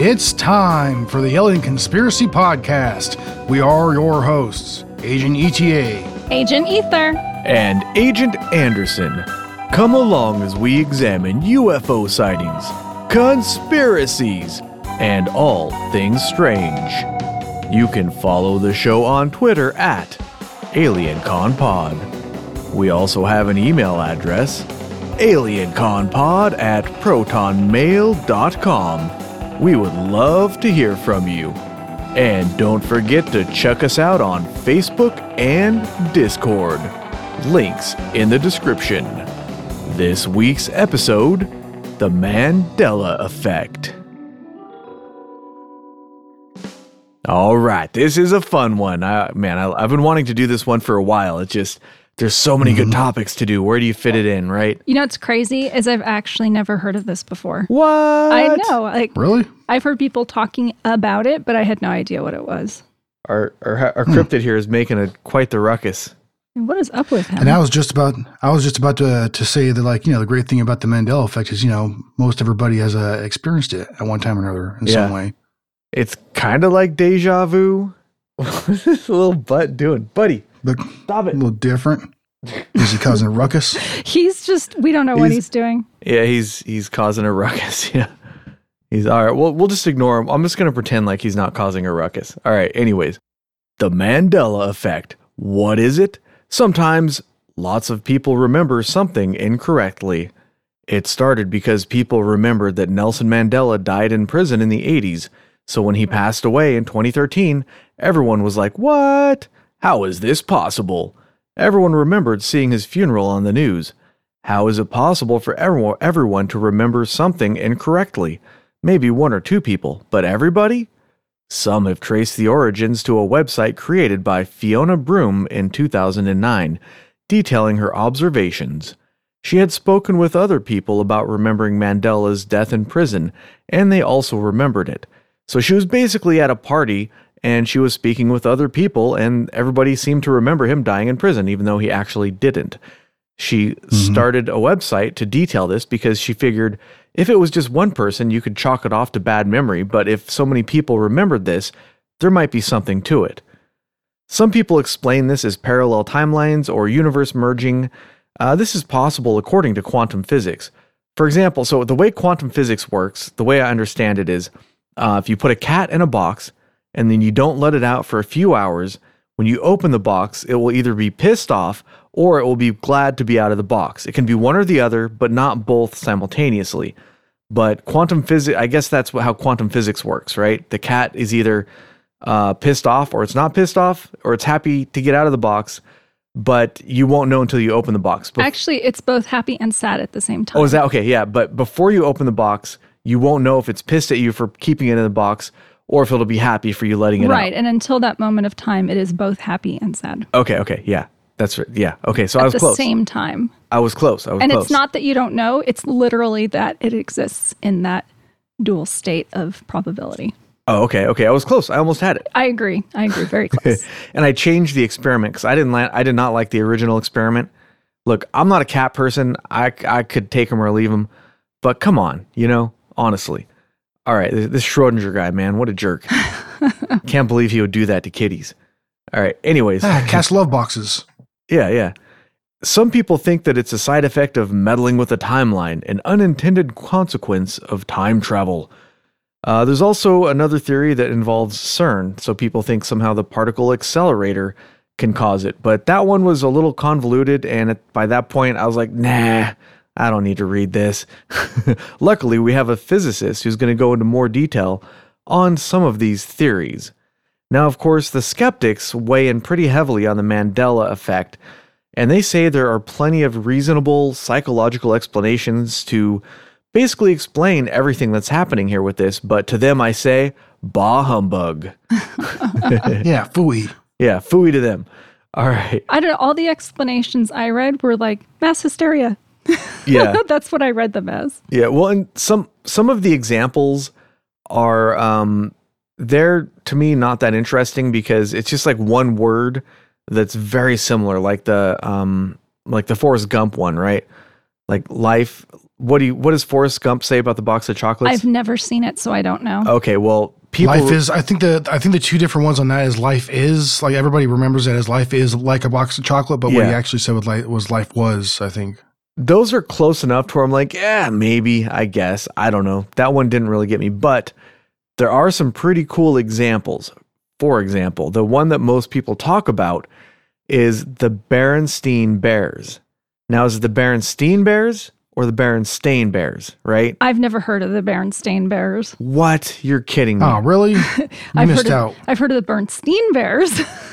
It's time for the Alien Conspiracy Podcast. We are your hosts, Agent E ETA. Agent Ether. and Agent Anderson. Come along as we examine UFO sightings, conspiracies, and all things strange. You can follow the show on Twitter at AlienConPod. We also have an email address, alienconpod at protonmail.com. We would love to hear from you. And don't forget to check us out on Facebook and Discord. Links in the description. This week's episode The Mandela Effect. All right, this is a fun one. I, man, I, I've been wanting to do this one for a while. It's just, there's so many good topics to do. Where do you fit it in, right? You know what's crazy is I've actually never heard of this before. What? I know, like Really? I've heard people talking about it, but I had no idea what it was. Our, our, our cryptid here is making a, quite the ruckus. What is up with him? And I was just about I was just about to to say that like, you know, the great thing about the Mandela effect is, you know, most everybody has uh, experienced it at one time or another in some Yeah. way. It's kind of like deja vu. What's this little butt doing? Buddy, Look stop a it. little different. Is he causing a ruckus? He's just we don't know what He's- he's doing. Yeah, he's he's causing a ruckus. Yeah. He's all right. Well, we'll just ignore him. I'm just going to pretend like he's not causing a ruckus. All right. Anyways, the Mandela effect. What is it? Sometimes lots of people remember something incorrectly. It started because people remembered that Nelson Mandela died in prison in the 80s. So when he passed away in 2013, everyone was like, What? How is this possible? Everyone remembered seeing his funeral on the news. How is it possible for everyone, everyone to remember something incorrectly? Maybe one or two people, but everybody? Some have traced the origins to a website created by Fiona Broom in 2009, detailing her observations. She had spoken with other people about remembering Mandela's death in prison, and they also remembered it. So she was basically at a party and she was speaking with other people, and everybody seemed to remember him dying in prison, even though he actually didn't. She started a website to detail this because she figured if it was just one person, you could chalk it off to bad memory, but if so many people remembered this, there might be something to it. Some people explain this as parallel timelines or universe merging. Uh, this is possible according to quantum physics. For example, so the way quantum physics works, the way I understand it is uh, if you put a cat in a box and then you don't let it out for a few hours, when you open the box, it will either be pissed off or it will be glad to be out of the box. It can be one or the other, but not both simultaneously but quantum physics i guess that's wha- how quantum physics works right the cat is either uh, pissed off or it's not pissed off or it's happy to get out of the box but you won't know until you open the box Bef- Actually, it's both happy and sad at the same time. oh is that okay yeah but before you open the box you won't know if it's pissed at you for keeping it in the box or if it'll be happy for you letting it right? out And until that moment of time, it is both happy and sad okay okay yeah that's right yeah okay so i at was the close same time. i was close i was And close it's not that you don't know; it's literally that it exists in that dual state of probability. oh okay okay i was close i almost had it I agree. I agree. Very close. and I changed the experiment because I didn't li- I did not like the original experiment. Look, I'm not a cat person. I I could take him or leave him, but come on, you know, honestly. All right, this, this Schrodinger guy, man, what a jerk! Can't believe he would do that to kitties. All right, anyways, Ah, cats love boxes. yeah, yeah. Some people think that it's a side effect of meddling with the timeline, an unintended consequence of time travel. Uh, there's also another theory that involves CERN, so people think somehow the particle accelerator can cause it. But that one was a little convoluted, and at, by that point, I was like, nah, I don't need to read this. Luckily, we have a physicist who's going to go into more detail on some of these theories. Now, of course, the skeptics weigh in pretty heavily on the Mandela effect, and they say there are plenty of reasonable psychological explanations to basically explain everything that's happening here with this, but to them I say, bah humbug. Yeah, fooey. Yeah, fooey to them. All right. I don't know. All the explanations I read were like mass hysteria. Yeah. That's what I read them as. Yeah, well, and some some of the examples are um they're to me not that interesting because it's just like one word that's very similar, like the um like the Forrest Gump one, right? Like life. What do you? What does Forrest Gump say about the box of chocolates? I've never seen it, so I don't know. okay, well, people. life is. I think the I think the two different ones on that is life is like everybody remembers that as life is like a box of chocolate, but what he Yeah. actually said with life was life was. I think. those are close enough to where I'm like, yeah, maybe, I guess. I don't know. That one didn't really get me, but there are some pretty cool examples. For example, the one that most people talk about is the Berenstain Bears. Now, is it the Berenstain Bears or the Berenstain Bears, right? I've never heard of the Berenstain Bears. What? You're kidding me. Oh, really? You Mm. I've missed heard out. Of, I've heard of the Bernstein Bears,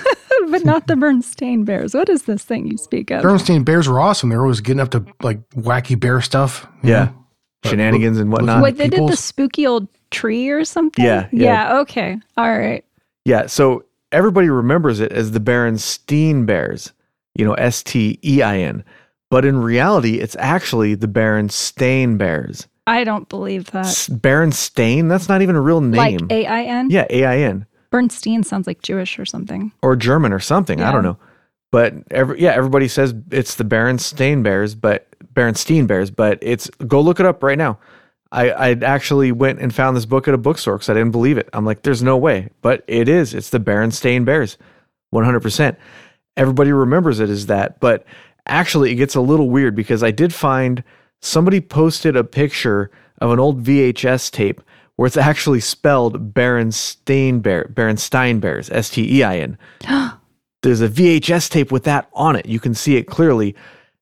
but not the Bernstein Bears. What is this thing you speak of? Bernstein Bears were awesome. They were always getting up to like wacky bear stuff. you yeah. know? Shenanigans and whatnot. Wait, they did the peoples? spooky old tree or something? Yeah, yeah. Yeah, okay. All right. Yeah, so everybody remembers it as the Berenstain Bears, you know, S T E I N. But in reality, it's actually the Berenstain Bears. I don't believe that. S- Berenstain? That's not even a real name. Uh, Like A I N? yeah, A I N Bernstein sounds like Jewish or something. or German or something. I Yeah. don't know. But every, yeah, everybody says it's the Berenstain Bears, but Berenstain Bears, but it's go look it up right now. I, I actually went and found this book at a bookstore because I didn't believe it. I'm like, there's no way, but it is. It's the Berenstain Bears, 100. percent Everybody remembers it as that, but actually, it gets a little weird because I did find somebody posted a picture of an old VHS tape where it's actually spelled Berenstain Bear, Berenstein Bears, S T E I N there's a VHS tape with that on it. You can see it clearly.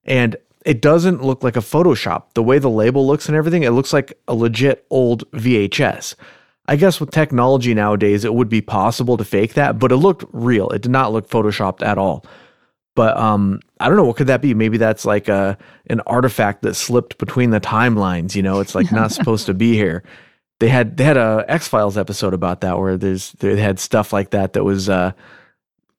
And it doesn't look like a Photoshop. The way the label looks and everything, it looks like a legit old VHS. I guess with technology nowadays, it would be possible to fake that, but it looked real. It did not look Photoshopped at all. But um, I don't know what could that be. Maybe that's like a an artifact that slipped between the timelines. You know, it's like not supposed to be here. They had they had a X Files episode about that where there's they had stuff like that that was uh,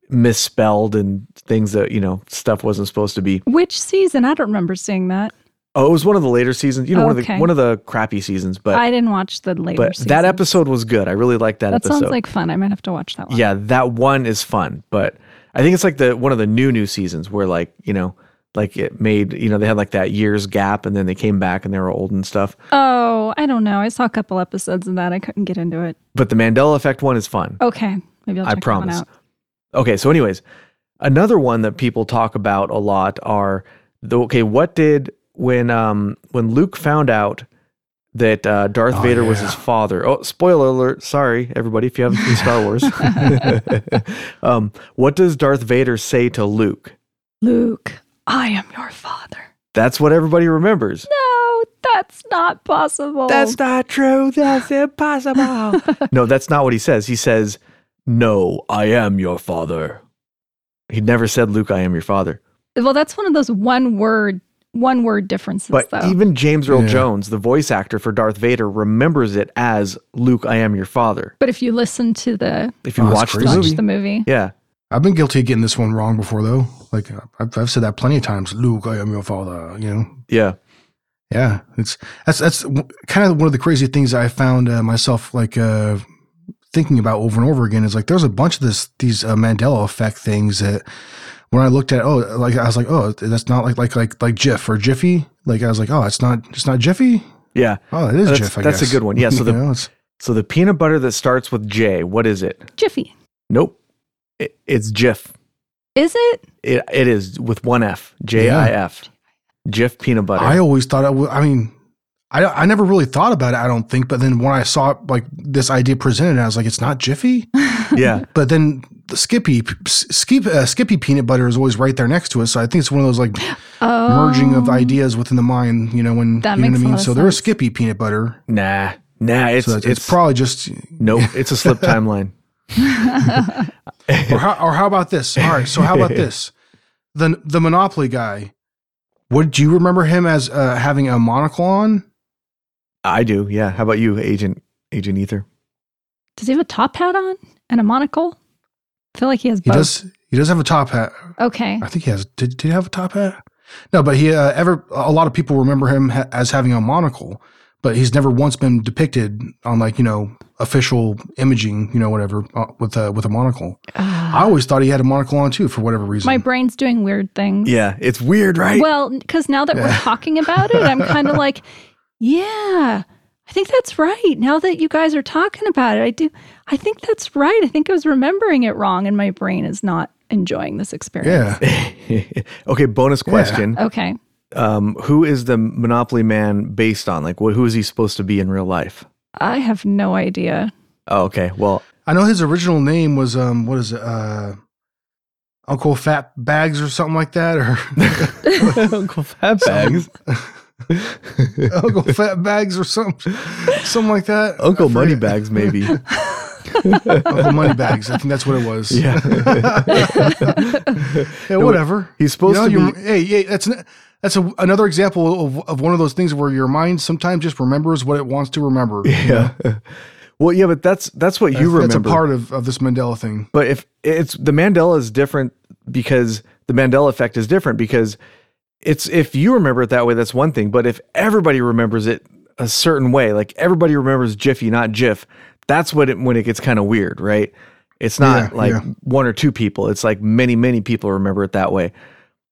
misspelled and things that you know stuff wasn't supposed to be. Which season? I don't remember seeing that. Oh, it was one of the later seasons. You know, one of the Okay. one of the crappy seasons, but I didn't watch the later but season. that episode was good. I really liked that, That episode. sounds like fun. I might have to watch that one. yeah, that one is fun, but I think it's like the one of the new new seasons where like you know like it made you know they had like that years gap and then they came back and they were old and stuff. Oh, I don't know. I saw a couple episodes of that. I couldn't get into it. But the Mandela Effect one is fun. Okay. Maybe I'll I check that one promise. out. Okay, so anyways, another one that people talk about a lot are the okay, what did when um when Luke found out that uh, Darth Oh, Vader was yeah. his father. Oh, spoiler alert. Sorry, everybody, if you haven't seen Star Wars. um, what does Darth Vader say to Luke? Luke, I am your father. That's what everybody remembers. No, that's not possible. not true. That's impossible. no, that's not what he says. He says, No, I am your father. He never said, Luke, I am your father. well, that's one of those one word one word differences But though. even James Earl Yeah. Jones, the voice actor for Darth Vader, remembers it as Luke, I am your father. but if you listen to the If you Oh, that's watch the crazy. watch movie. the movie, yeah. I've been guilty of getting this one wrong before, though. Like I've, I've said that plenty of times. Luke, I am your father. You know. Yeah. Yeah, it's that's that's w- kind of one of the crazy things I found uh, myself like uh, thinking about over and over again is like there's a bunch of this these uh, Mandela effect things that when I looked at oh like I was like oh that's not like like like like Jiff or Jiffy like I was like oh it's not it's not Jiffy Yeah. oh it is That's- Jiff I that's a guess. good one. Yeah, so You the- know, it's- So the peanut butter that starts with J, what is it? Jiffy. Nope. It, it's Jif. Is it? It, it is with one F. J I F. Jif peanut butter. I always thought it was, I mean, I, don't- I never really thought about it, I don't think. But then when I saw like this idea presented, I was like, it's not Jiffy. yeah. But then the Skippy, Skip, uh, Skippy peanut butter is always right there next to it. So I think it's one of those like Oh. merging of ideas within the mind, you know, when, That you know what I makes a mean? lot of So there is sense. Skippy peanut butter. Nah. Nah. It's, So it's, it's, it's probably just, nope. It's a slip timeline. or how, or how about this? All right. So how about this? The, the Monopoly guy. Would you remember him as uh, having a monocle on? I do. Yeah. How about you, Agent Agent Ether? Does he have a top hat on and a monocle? I feel like he has He both. does. He does have a top hat. Okay. I think he has. Did, did he have a top hat? No, but he uh, ever. A lot of people remember him ha- as having a monocle. but he's never once been depicted on like you know official imaging, you know whatever uh, with a with a monocle. I always thought he had a monocle on too for whatever reason. My brain's doing weird things. Yeah, it's weird, right? Well, because now that we're talking about it, I'm kind of like, yeah, I think that's right. Now that you guys are talking about it, I do. I think that's right. I think I was remembering it wrong, and my brain is not enjoying this experience. yeah, okay, bonus question. Okay. Um, who is the Monopoly man based on? Like, what, who is he supposed to be in real life? I have no idea. Oh, okay. Well, I know his original name was um what is it uh Uncle Fat Bags or something like that or Uncle Fatbags. Uncle Fat Bags or something something like that. Uncle I forget. Moneybags, maybe. Uncle Moneybags. I think that's what it was. yeah. Yeah, whatever. He's supposed You know, to be. you're- hey, yeah, that's an, that's a, another example of, of one of those things where your mind sometimes just remembers what it wants to remember. Yeah. Well, yeah, but that's that's what you remember. That's a part of, of this Mandela thing. But if it's the Mandela is different because the Mandela effect is different because it's if you remember it that way, that's one thing. But if everybody remembers it a certain way, like everybody remembers Jiffy, not Jiff, that's what it when it gets kind of weird, right? It's not Yeah, like yeah. one or two people. It's like many, many people remember it that way.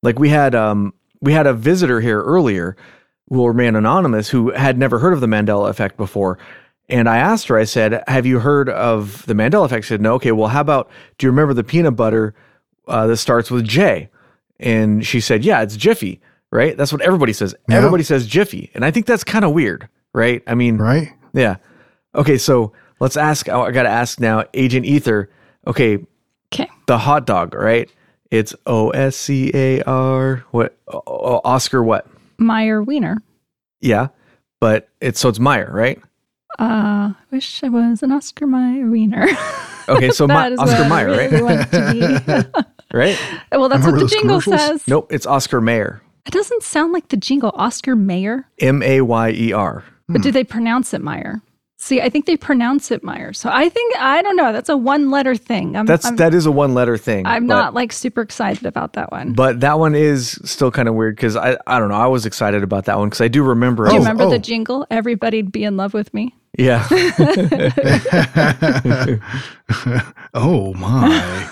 Like we had um we had a visitor here earlier who will remain anonymous who had never heard of the Mandela effect before. And I asked her, I said, Have you heard of the Mandela effect? She said, No, okay, well, how about do you remember the peanut butter uh, that starts with J? And she said, Yeah, it's Jiffy, right? That's what everybody says. Yeah. Everybody says Jiffy. And I think that's kind of weird, right? I mean, Right? yeah. Okay, so let's ask. I got to ask now, Agent Ether. Okay, Okay. the hot dog, right? It's O S C A R. What O- O- Oscar? What? Meyer Wiener. Yeah, but it's so it's Meyer, right? Uh, wish I was an Oscar Meyer Wiener. Okay, so That Mi- is Oscar what I Meyer, right? really want to Right? be. well, that's Remember what the those jingle commercials? says. Nope, it's Oscar Mayer. It doesn't sound like the jingle Oscar Mayer, M A Y E R. but do they pronounce it Meyer? See, I think they pronounce it Meyer. So I think I don't know. That's a one-letter thing. I'm, That's I'm, that is a one letter thing. I'm but- not like super excited about that one. But that one is still kind of weird because I I don't know. I was excited about that one because I do remember. do it you Oh, was- remember oh. the jingle? Everybody'd be in love with me. Yeah. oh my.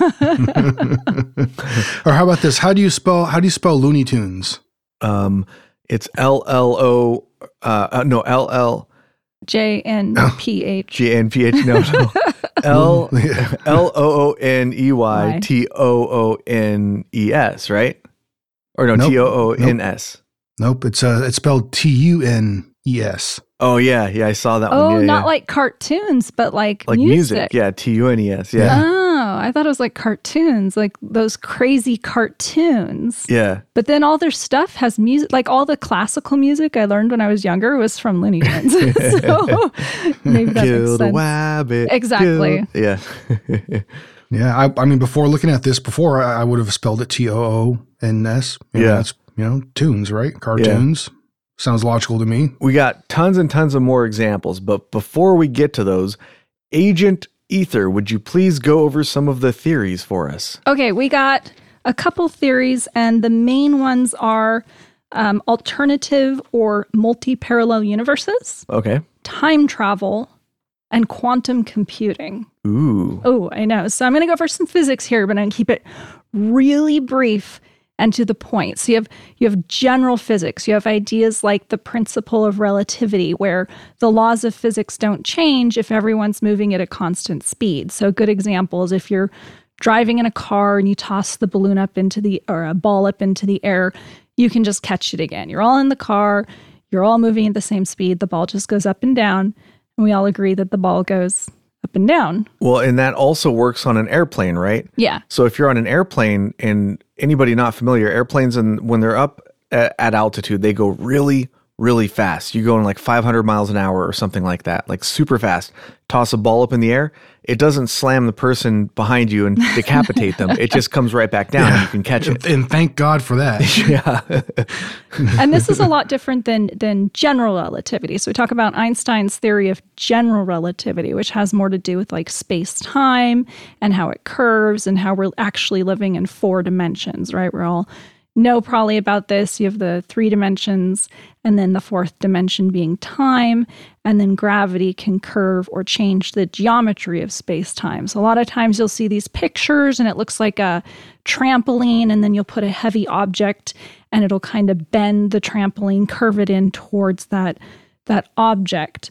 or how about this? How do you spell how do you spell Looney Tunes? Um, it's L L O. Uh, uh, no, L L J N P H. G N P H. No, no. L Yeah. L O O N E Why? Y T O O N E S. Right? Or no, Nope. T O O N S. Nope, it's uh it's spelled T U N E S. Oh yeah, yeah. I saw that one. Oh, Yeah, not yeah. like cartoons, but like, like music. Yeah, T U N E S. Yeah. Oh, I thought it was like cartoons, like those crazy cartoons. Yeah. But then all their stuff has music, like all the classical music I learned when I was younger was from Looney Tunes. so maybe that makes Kill the sense. wabbit. kill- Exactly. yeah. Yeah, I, I mean before looking at this before I, I would have spelled it T O O N S. You know, Yeah. that's you know, tunes, right? Cartoons. Sounds logical to me. We got tons and tons of more examples, but before we get to those, Agent Ether, would you please go over some of the theories for us? Okay, we got a couple theories, and the main ones are um, alternative or multi parallel universes, Okay. time travel, and quantum computing. Ooh. Oh, I know. So I'm going to go for some physics here, but I'm going to keep it really brief and to the point. So you have you have general physics. You have ideas like the principle of relativity where the laws of physics don't change if everyone's moving at a constant speed. So a good example is if you're driving in a car and you toss the balloon up into the or a ball up into the air, you can just catch it again. You're all in the car, you're all moving at the same speed, the ball just goes up and down, and we all agree that the ball goes up and down. Well, and that also works on an airplane, right? Yeah. So if you're on an airplane and anybody not familiar, airplanes and when they're up at, at altitude, they go really really fast. You go in like 500 miles an hour or something like that, like super fast. Toss a ball up in the air, it doesn't slam the person behind you and decapitate them. It just comes right back down and you can catch it. And thank God for that. Yeah. and this is a lot different than than general relativity. So we talk about Einstein's theory of general relativity, which has more to do with like space time and how it curves and how we're actually living in four dimensions, right? We're all know probably about this. You have the three dimensions, and then the fourth dimension being time, and then gravity can curve or change the geometry of space time. So, a lot of times you'll see these pictures, and it looks like a trampoline, and then you'll put a heavy object, and it'll kind of bend the trampoline, curve it in towards that, that object.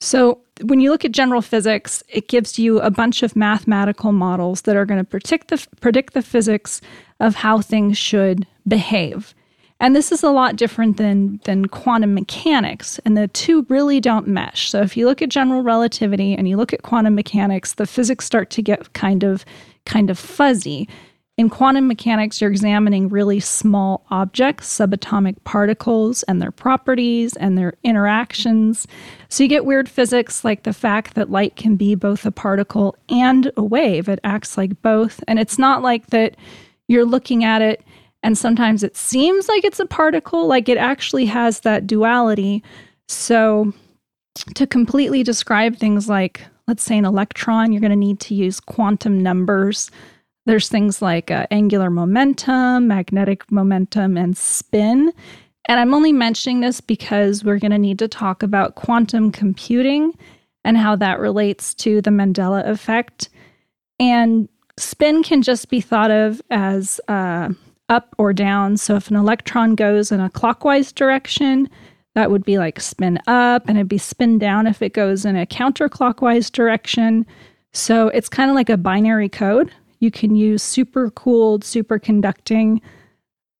So, when you look at general physics, it gives you a bunch of mathematical models that are going to predict the, predict the physics of how things should behave. And this is a lot different than, than quantum mechanics, and the two really don't mesh. So, if you look at general relativity and you look at quantum mechanics, the physics start to get kind of, kind of fuzzy. In quantum mechanics, you're examining really small objects, subatomic particles, and their properties and their interactions. So you get weird physics like the fact that light can be both a particle and a wave. It acts like both. And it's not like that you're looking at it and sometimes it seems like it's a particle, like it actually has that duality. So to completely describe things like, let's say, an electron, you're going to need to use quantum numbers. There's things like uh, angular momentum, magnetic momentum, and spin. And I'm only mentioning this because we're going to need to talk about quantum computing and how that relates to the Mandela effect. And spin can just be thought of as uh, up or down. So if an electron goes in a clockwise direction, that would be like spin up, and it'd be spin down if it goes in a counterclockwise direction. So it's kind of like a binary code you can use super cooled superconducting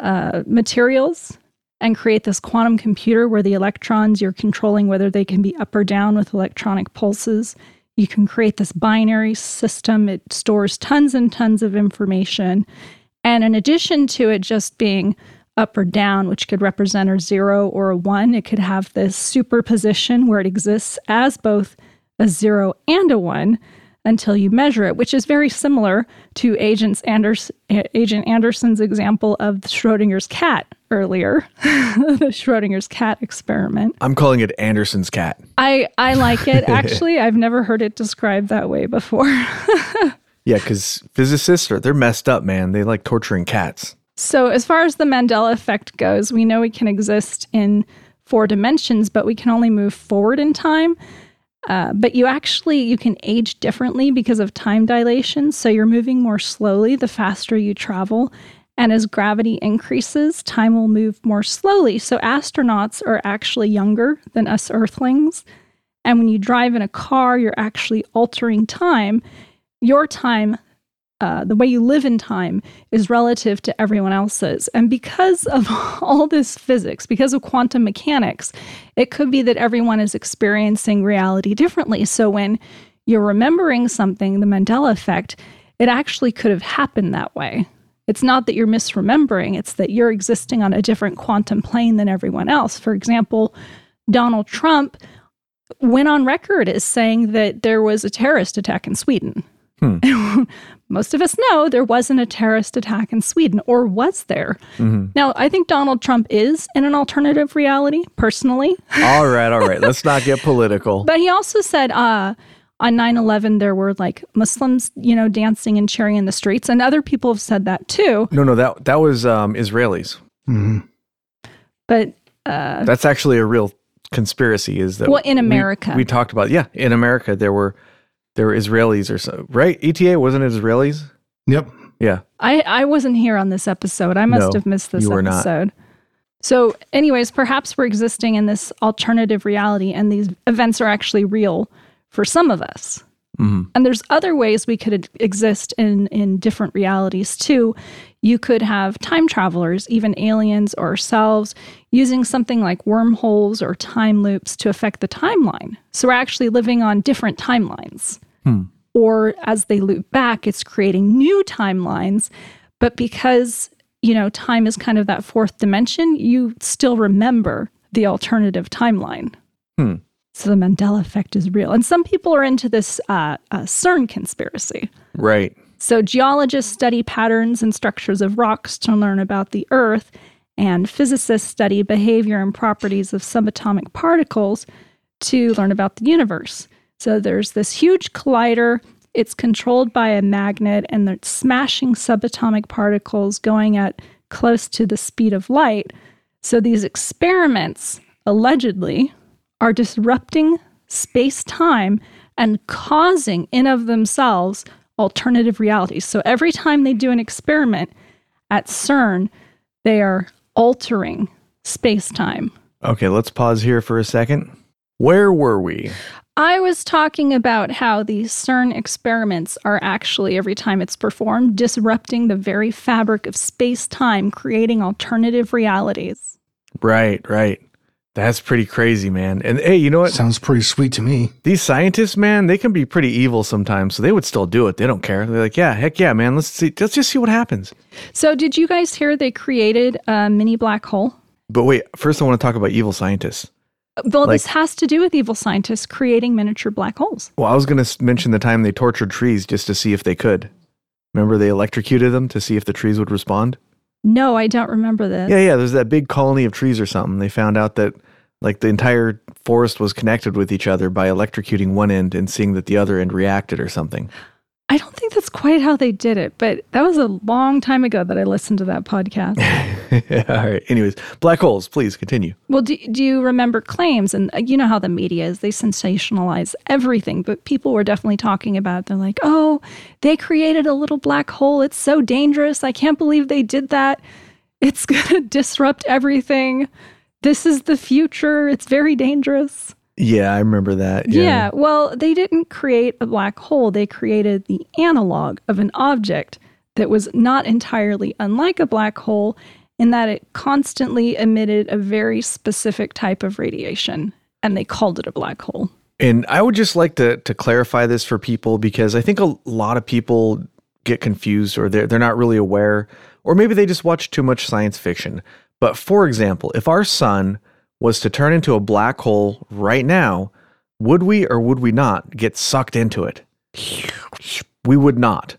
uh, materials and create this quantum computer where the electrons you're controlling whether they can be up or down with electronic pulses you can create this binary system it stores tons and tons of information and in addition to it just being up or down which could represent a zero or a one it could have this superposition where it exists as both a zero and a one until you measure it, which is very similar to Agent, Anders- Agent Anderson's example of Schrodinger's cat earlier, the Schrodinger's cat experiment. I'm calling it Anderson's cat. I, I like it. Actually, I've never heard it described that way before. yeah, because physicists are, they're messed up, man. They like torturing cats. So, as far as the Mandela effect goes, we know we can exist in four dimensions, but we can only move forward in time. Uh, but you actually you can age differently because of time dilation so you're moving more slowly the faster you travel and as gravity increases time will move more slowly so astronauts are actually younger than us earthlings and when you drive in a car you're actually altering time your time uh, the way you live in time is relative to everyone else's. And because of all this physics, because of quantum mechanics, it could be that everyone is experiencing reality differently. So when you're remembering something, the Mandela effect, it actually could have happened that way. It's not that you're misremembering, it's that you're existing on a different quantum plane than everyone else. For example, Donald Trump went on record as saying that there was a terrorist attack in Sweden. Hmm. Most of us know there wasn't a terrorist attack in Sweden, or was there? Mm-hmm. Now, I think Donald Trump is in an alternative reality, personally. all right, all right. Let's not get political. But he also said uh, on 9 11, there were like Muslims, you know, dancing and cheering in the streets. And other people have said that too. No, no, that, that was um, Israelis. Mm-hmm. But uh, that's actually a real conspiracy, is that. Well, in America. We, we talked about, yeah, in America, there were there were Israelis or so, right? ETA wasn't it Israelis? Yep. Yeah. I I wasn't here on this episode. I must no, have missed this you were episode. Not. So, anyways, perhaps we're existing in this alternative reality, and these events are actually real for some of us. Mhm. And there's other ways we could e-, exist in in different realities too. You could have time travelers, even aliens or ourselves, using something like wormholes or time loops to affect the timeline. So we're actually living on different timelines. Hmm. Or as they loop back, it's creating new timelines. But because, you know, time is kind of that fourth dimension, you still remember the alternative timeline. Hmm. So the Mandela effect is real. And some people are into this uh, uh, CERN conspiracy. Right. So, geologists study patterns and structures of rocks to learn about the Earth, and physicists study behavior and properties of subatomic particles to learn about the universe. So, there's this huge collider. It's controlled by a magnet, and they're smashing subatomic particles going at close to the speed of light. So these experiments, allegedly, are disrupting space time and causing, in of themselves, alternative realities. So every time they do an experiment at CERN, they are altering space time. Okay, let's pause here for a second. Where were we? I was talking about how the CERN experiments are actually, every time it's performed, disrupting the very fabric of space time, creating alternative realities. Right, right. That's pretty crazy, man. And hey, you know what? Sounds pretty sweet to me. These scientists, man, they can be pretty evil sometimes, so they would still do it. They don't care. They're like, yeah, heck yeah, man. Let's see. Let's just see what happens. So, did you guys hear they created a mini black hole? But wait, first I want to talk about evil scientists. Well, this has to do with evil scientists creating miniature black holes. Well, I was going to mention the time they tortured trees just to see if they could. Remember, they electrocuted them to see if the trees would respond. No, I don't remember this. Yeah, yeah. There's that big colony of trees or something. They found out that like the entire forest was connected with each other by electrocuting one end and seeing that the other end reacted or something. I don't think that's quite how they did it, but that was a long time ago that I listened to that podcast. All right. Anyways, black holes. Please continue. Well, do, do you remember claims? And uh, you know how the media is, they sensationalize everything, but people were definitely talking about it. They're like, oh, they created a little black hole. It's so dangerous. I can't believe they did that. It's going to disrupt everything. This is the future. It's very dangerous. Yeah, I remember that. Yeah. well, they didn't create a black hole. They created the analog of an object that was not entirely unlike a black hole in that it constantly emitted a very specific type of radiation, and they called it a black hole. And I would just like to to clarify this for people because I think a lot of people get confused or they're they're not really aware, or maybe they just watch too much science fiction. But for example, if our sun was to turn into a black hole right now, would we or would we not get sucked into it? We would not,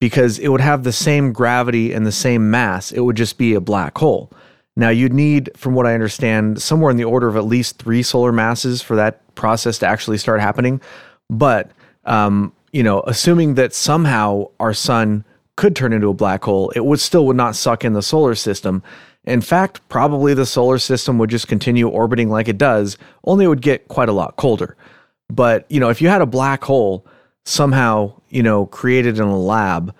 because it would have the same gravity and the same mass. It would just be a black hole. Now, you'd need, from what I understand, somewhere in the order of at least three solar masses for that process to actually start happening. But, um, you know, assuming that somehow our sun could turn into a black hole, it would still would not suck in the solar system. In fact, probably the solar system would just continue orbiting like it does, only it would get quite a lot colder. But, you know, if you had a black hole somehow, you know, created in a lab,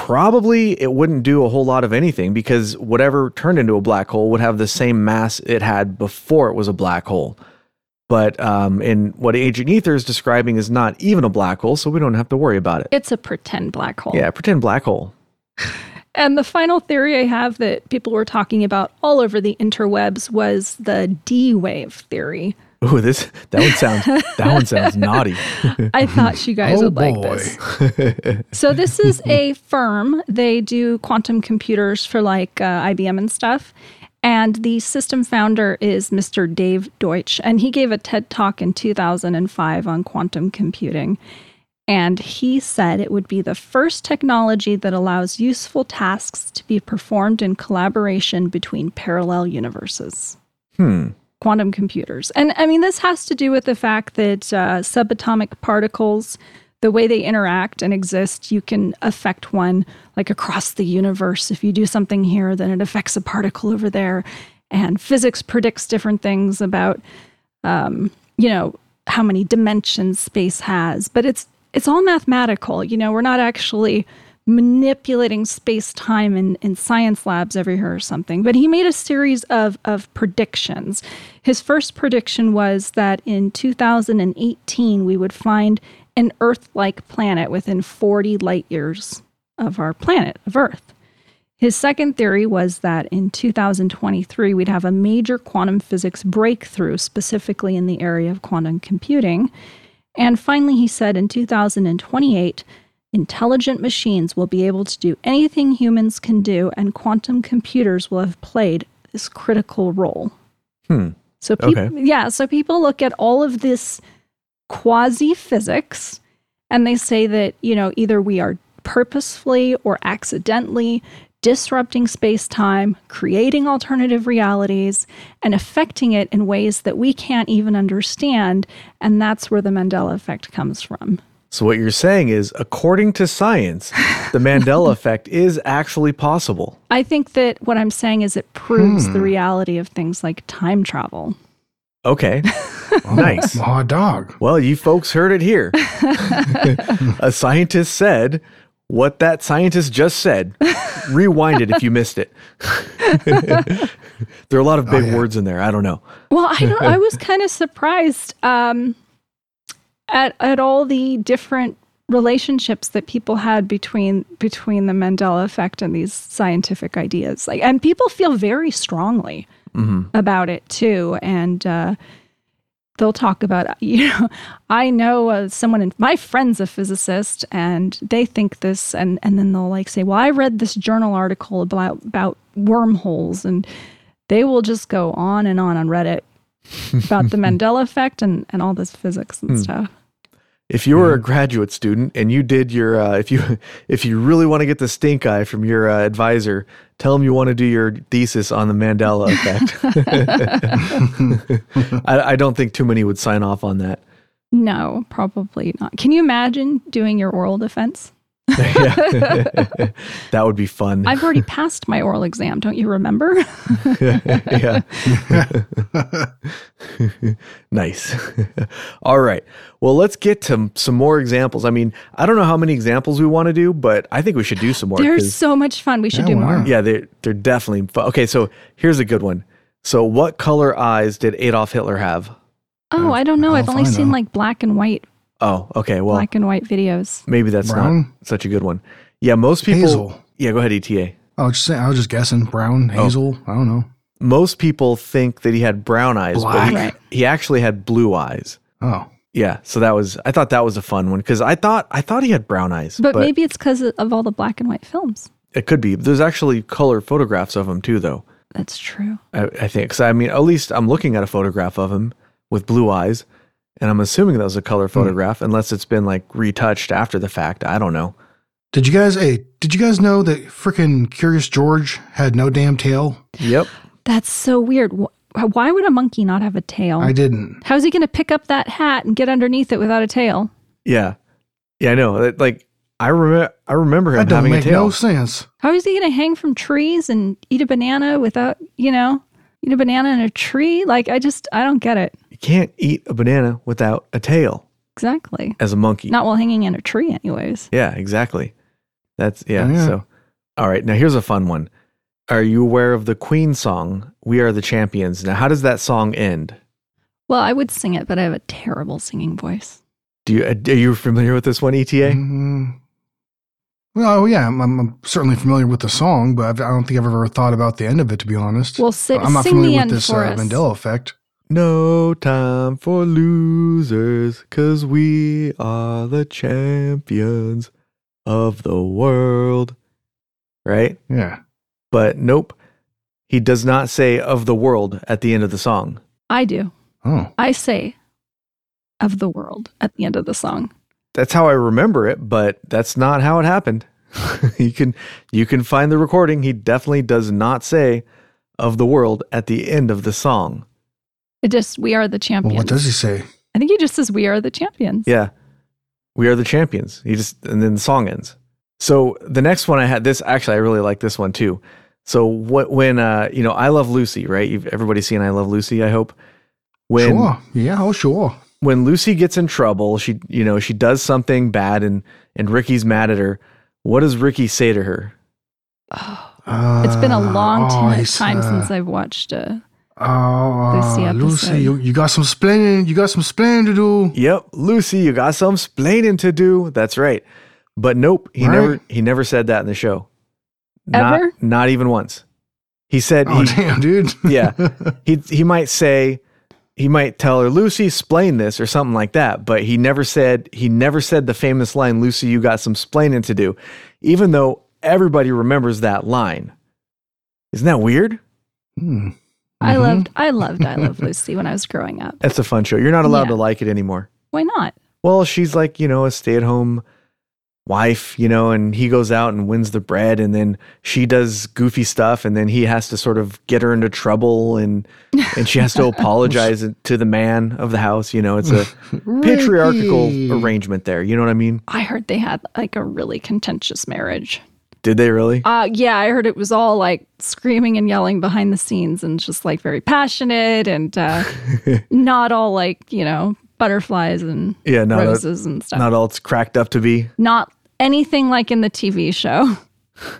probably it wouldn't do a whole lot of anything because whatever turned into a black hole would have the same mass it had before it was a black hole. But um, in what Agent Ether is describing is not even a black hole, so we don't have to worry about it. It's a pretend black hole. Yeah, pretend black hole. And the final theory I have that people were talking about all over the interwebs was the D wave theory. Ooh, this that one sounds that one sounds naughty. I thought you guys Oh, would like boy. this. so this is a firm. They do quantum computers for like uh, IBM and stuff. And the system founder is Mr. Dave Deutsch, and he gave a TED talk in 2005 on quantum computing. And he said it would be the first technology that allows useful tasks to be performed in collaboration between parallel universes hmm. quantum computers. And I mean, this has to do with the fact that uh, subatomic particles, the way they interact and exist, you can affect one like across the universe. If you do something here, then it affects a particle over there. And physics predicts different things about, um, you know, how many dimensions space has. But it's it's all mathematical. You know, we're not actually manipulating space time in, in science labs every year or something. But he made a series of, of predictions. His first prediction was that in 2018, we would find an Earth like planet within 40 light years of our planet, of Earth. His second theory was that in 2023, we'd have a major quantum physics breakthrough, specifically in the area of quantum computing. And finally, he said in 2028, intelligent machines will be able to do anything humans can do, and quantum computers will have played this critical role. Hmm. So, peop- Okay. yeah, so people look at all of this quasi physics and they say that, you know, either we are purposefully or accidentally disrupting space time, creating alternative realities, and affecting it in ways that we can't even understand. And that's where the Mandela effect comes from. So, what you're saying is, according to science, the Mandela effect is actually possible. I think that what I'm saying is it proves the reality of things like time travel. Okay. Nice. Hot dog. Well, you folks heard it here. a scientist said what that scientist just said. Rewind it if you missed it. there are a lot of big words in there. I don't know. Well, I don't, I was kind of surprised um, at at all the different relationships that people had between between the Mandela effect and these scientific ideas. Like, and people feel very strongly about it too, and. Uh, They'll talk about, you know, I know uh, someone, in, my friend's a physicist, and they think this, and, and then they'll like say, Well, I read this journal article about, about wormholes, and they will just go on and on on Reddit about the Mandela effect and, and all this physics Hmm. and stuff. If you were a graduate student and you did your, uh, if you if you really want to get the stink eye from your uh, advisor, tell him you want to do your thesis on the Mandela effect. I, I don't think too many would sign off on that. No, probably not. Can you imagine doing your oral defense? That would be fun. I've already passed my oral exam, don't you remember? yeah. nice. All right. Well, let's get to some more examples. I mean, I don't know how many examples we want to do, but I think we should do some more. They're 'cause- so much fun. We should Yeah, do wow. more. yeah, they're, they're definitely. Fu- okay, so here's a good one. So, what color eyes did Adolf Hitler have? Oh, I don't know. I've I'll only find seen out. like black and white, Oh, okay. Well, black and white videos. maybe that's Brown? not such a good one. Yeah, most people. Hazel. Yeah, go ahead, E ETA. I was just saying, I was just guessing. Brown, Oh. hazel. I don't know. Most people think that he had brown eyes, but he, Black. he actually had blue eyes. Oh, Yeah, so that was I thought that was a fun one because I thought I thought he had brown eyes, But, maybe it's because of all the black and white films. it could be. There's actually color photographs of him too, though. That's true. I, I think because I mean at least I'm looking at a photograph of him with blue eyes, and I'm assuming that was a Hmm. color photograph unless it's been like retouched after the fact. I don't know. did you guys? Hey, did you guys know that freaking Curious George had no damn tail? Yep. That's so weird. Wh- Why would a monkey not have a tail? I didn't. How's he going to pick up that hat and get underneath it without a tail? Yeah. Yeah, I know. That- Like I remember I remember him That doesn't having a make tail. no sense. How is he going to hang from trees and eat a banana without, you know, eat a banana in a tree? Like, I just, I don't get it. you can't eat a banana without a tail Exactly. as a monkey. Not while hanging in a tree, anyways. Yeah, exactly. That's yeah, Yeah. So, all right. Now here's a fun one. Are you aware of the Queen song "We Are the Champions"? Now, how does that song end? Well, I would sing it, but I have a terrible singing voice. Do you uh, are you familiar with this one, E ETA? Mm, well, yeah, I'm, I'm- I'm certainly familiar with the song, but I've, I don't think I've ever thought about the end of it. To be honest, Well, si- I'm not sing the familiar with end this for uh, us. Mandela effect. No time for losers, cause we are the champions of the world. Right? Yeah, But nope. He does not say of the world at the end of the song. I do. oh, I say of the world at the end of the song. that's how I remember it, but that's not how it happened. you can you can find the recording. He definitely does not say of the world at the end of the song. It just, we are the champions. well, what does he say? I think he just says, we are the champions. Yeah. We are the champions. He just and then the song ends. So the next one I had this actually I really like this one too. So what when uh you know I love Lucy, right? You've everybody's seen I love Lucy, I hope. When sure, yeah, oh, sure. when Lucy gets in trouble, she you know, she does something bad and and Ricky's mad at her. What does Ricky say to her? It's been a Uh, long oh, ti- he's, time uh, since I've watched uh, Lucy Oh, episode. Lucy, you, you got some splaining. You got some splaining to do. Yep, Lucy, you got some splaining to do. That's right. But nope, he Right. never he never said that in the show. Not- Ever? Not, even once. He said Oh, he, damn, dude. yeah. He he might say he might tell her Lucy explain this or something like that, but he never said he never said the famous line Lucy, you got some splaining to do, even though everybody remembers that line. Isn't that weird? Hmm. I loved, I loved, I loved Lucy when I was growing up. That's a fun show. You're not allowed Yeah. to like it anymore. Why not? Well, she's like, you know, a stay at home wife, you know, and he goes out and wins the bread and then she does goofy stuff and then he has to sort of get her into trouble and and she has to apologize to the man of the house, you know. It's a patriarchal Ricky. arrangement there. You know what I mean? I heard they had like a really contentious marriage. Did they really? Uh, yeah, I heard it was all like screaming and yelling behind the scenes and just like very passionate and uh, not all like, you know, butterflies and Yeah, no, that- roses and stuff. Not all it's cracked up to be. not anything like in the TV show.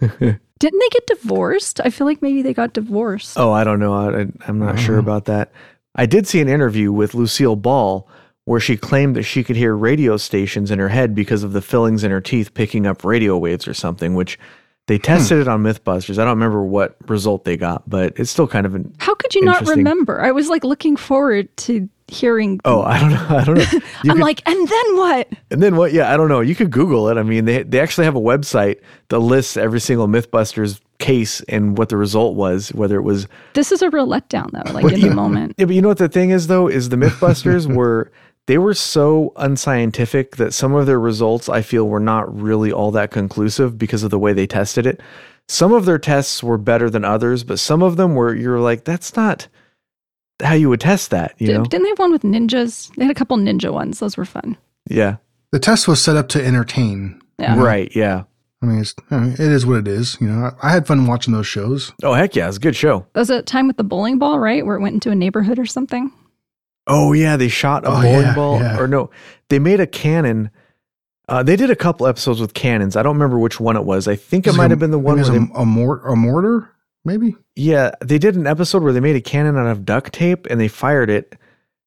Didn't they get divorced? I feel like maybe they got divorced. Oh, I don't know. I, I, I'm not sure about that. I did see an interview with Lucille Ball where she claimed that she could hear radio stations in her head because of the fillings in her teeth picking up radio waves or something, which they tested it on Mythbusters. I don't remember what result they got, but it's still kind of an. How could you not Interesting. remember? I was like looking forward to hearing. Oh, I don't know. I don't know. You I'm could- like, and then what? and then what? Yeah, I don't know. You could Google it. I mean, they they actually have a website that lists every single Mythbusters case and what the result was, whether it was This is a real letdown, though. Like in the moment, Yeah, but you know what the thing is though is the MythBusters were they were so unscientific that some of their results I feel were not really all that conclusive because of the way they tested it. Some of their tests were better than others, but some of them were you're like that's not how you would test that, you Did, know? not they have one with ninjas? They had a couple ninja ones. Those were fun. Yeah. The test was set up to entertain. Yeah. Right, yeah. I mean, it's, I mean, it is what it is. You know, I, I had fun watching those shows. Oh heck yeah, it's a good show. That was a time with the bowling ball, right? Where it went into a neighborhood or something. Oh yeah, they shot a Oh, bowling yeah, ball, yeah. or no, they made a cannon. Uh, they did a couple episodes with cannons. I don't remember which one it was. I think it Was might a- have been the one maybe where it they, was a, a, mor- a mortar, maybe. Yeah, they did an episode where they made a cannon out of duct tape and they fired it.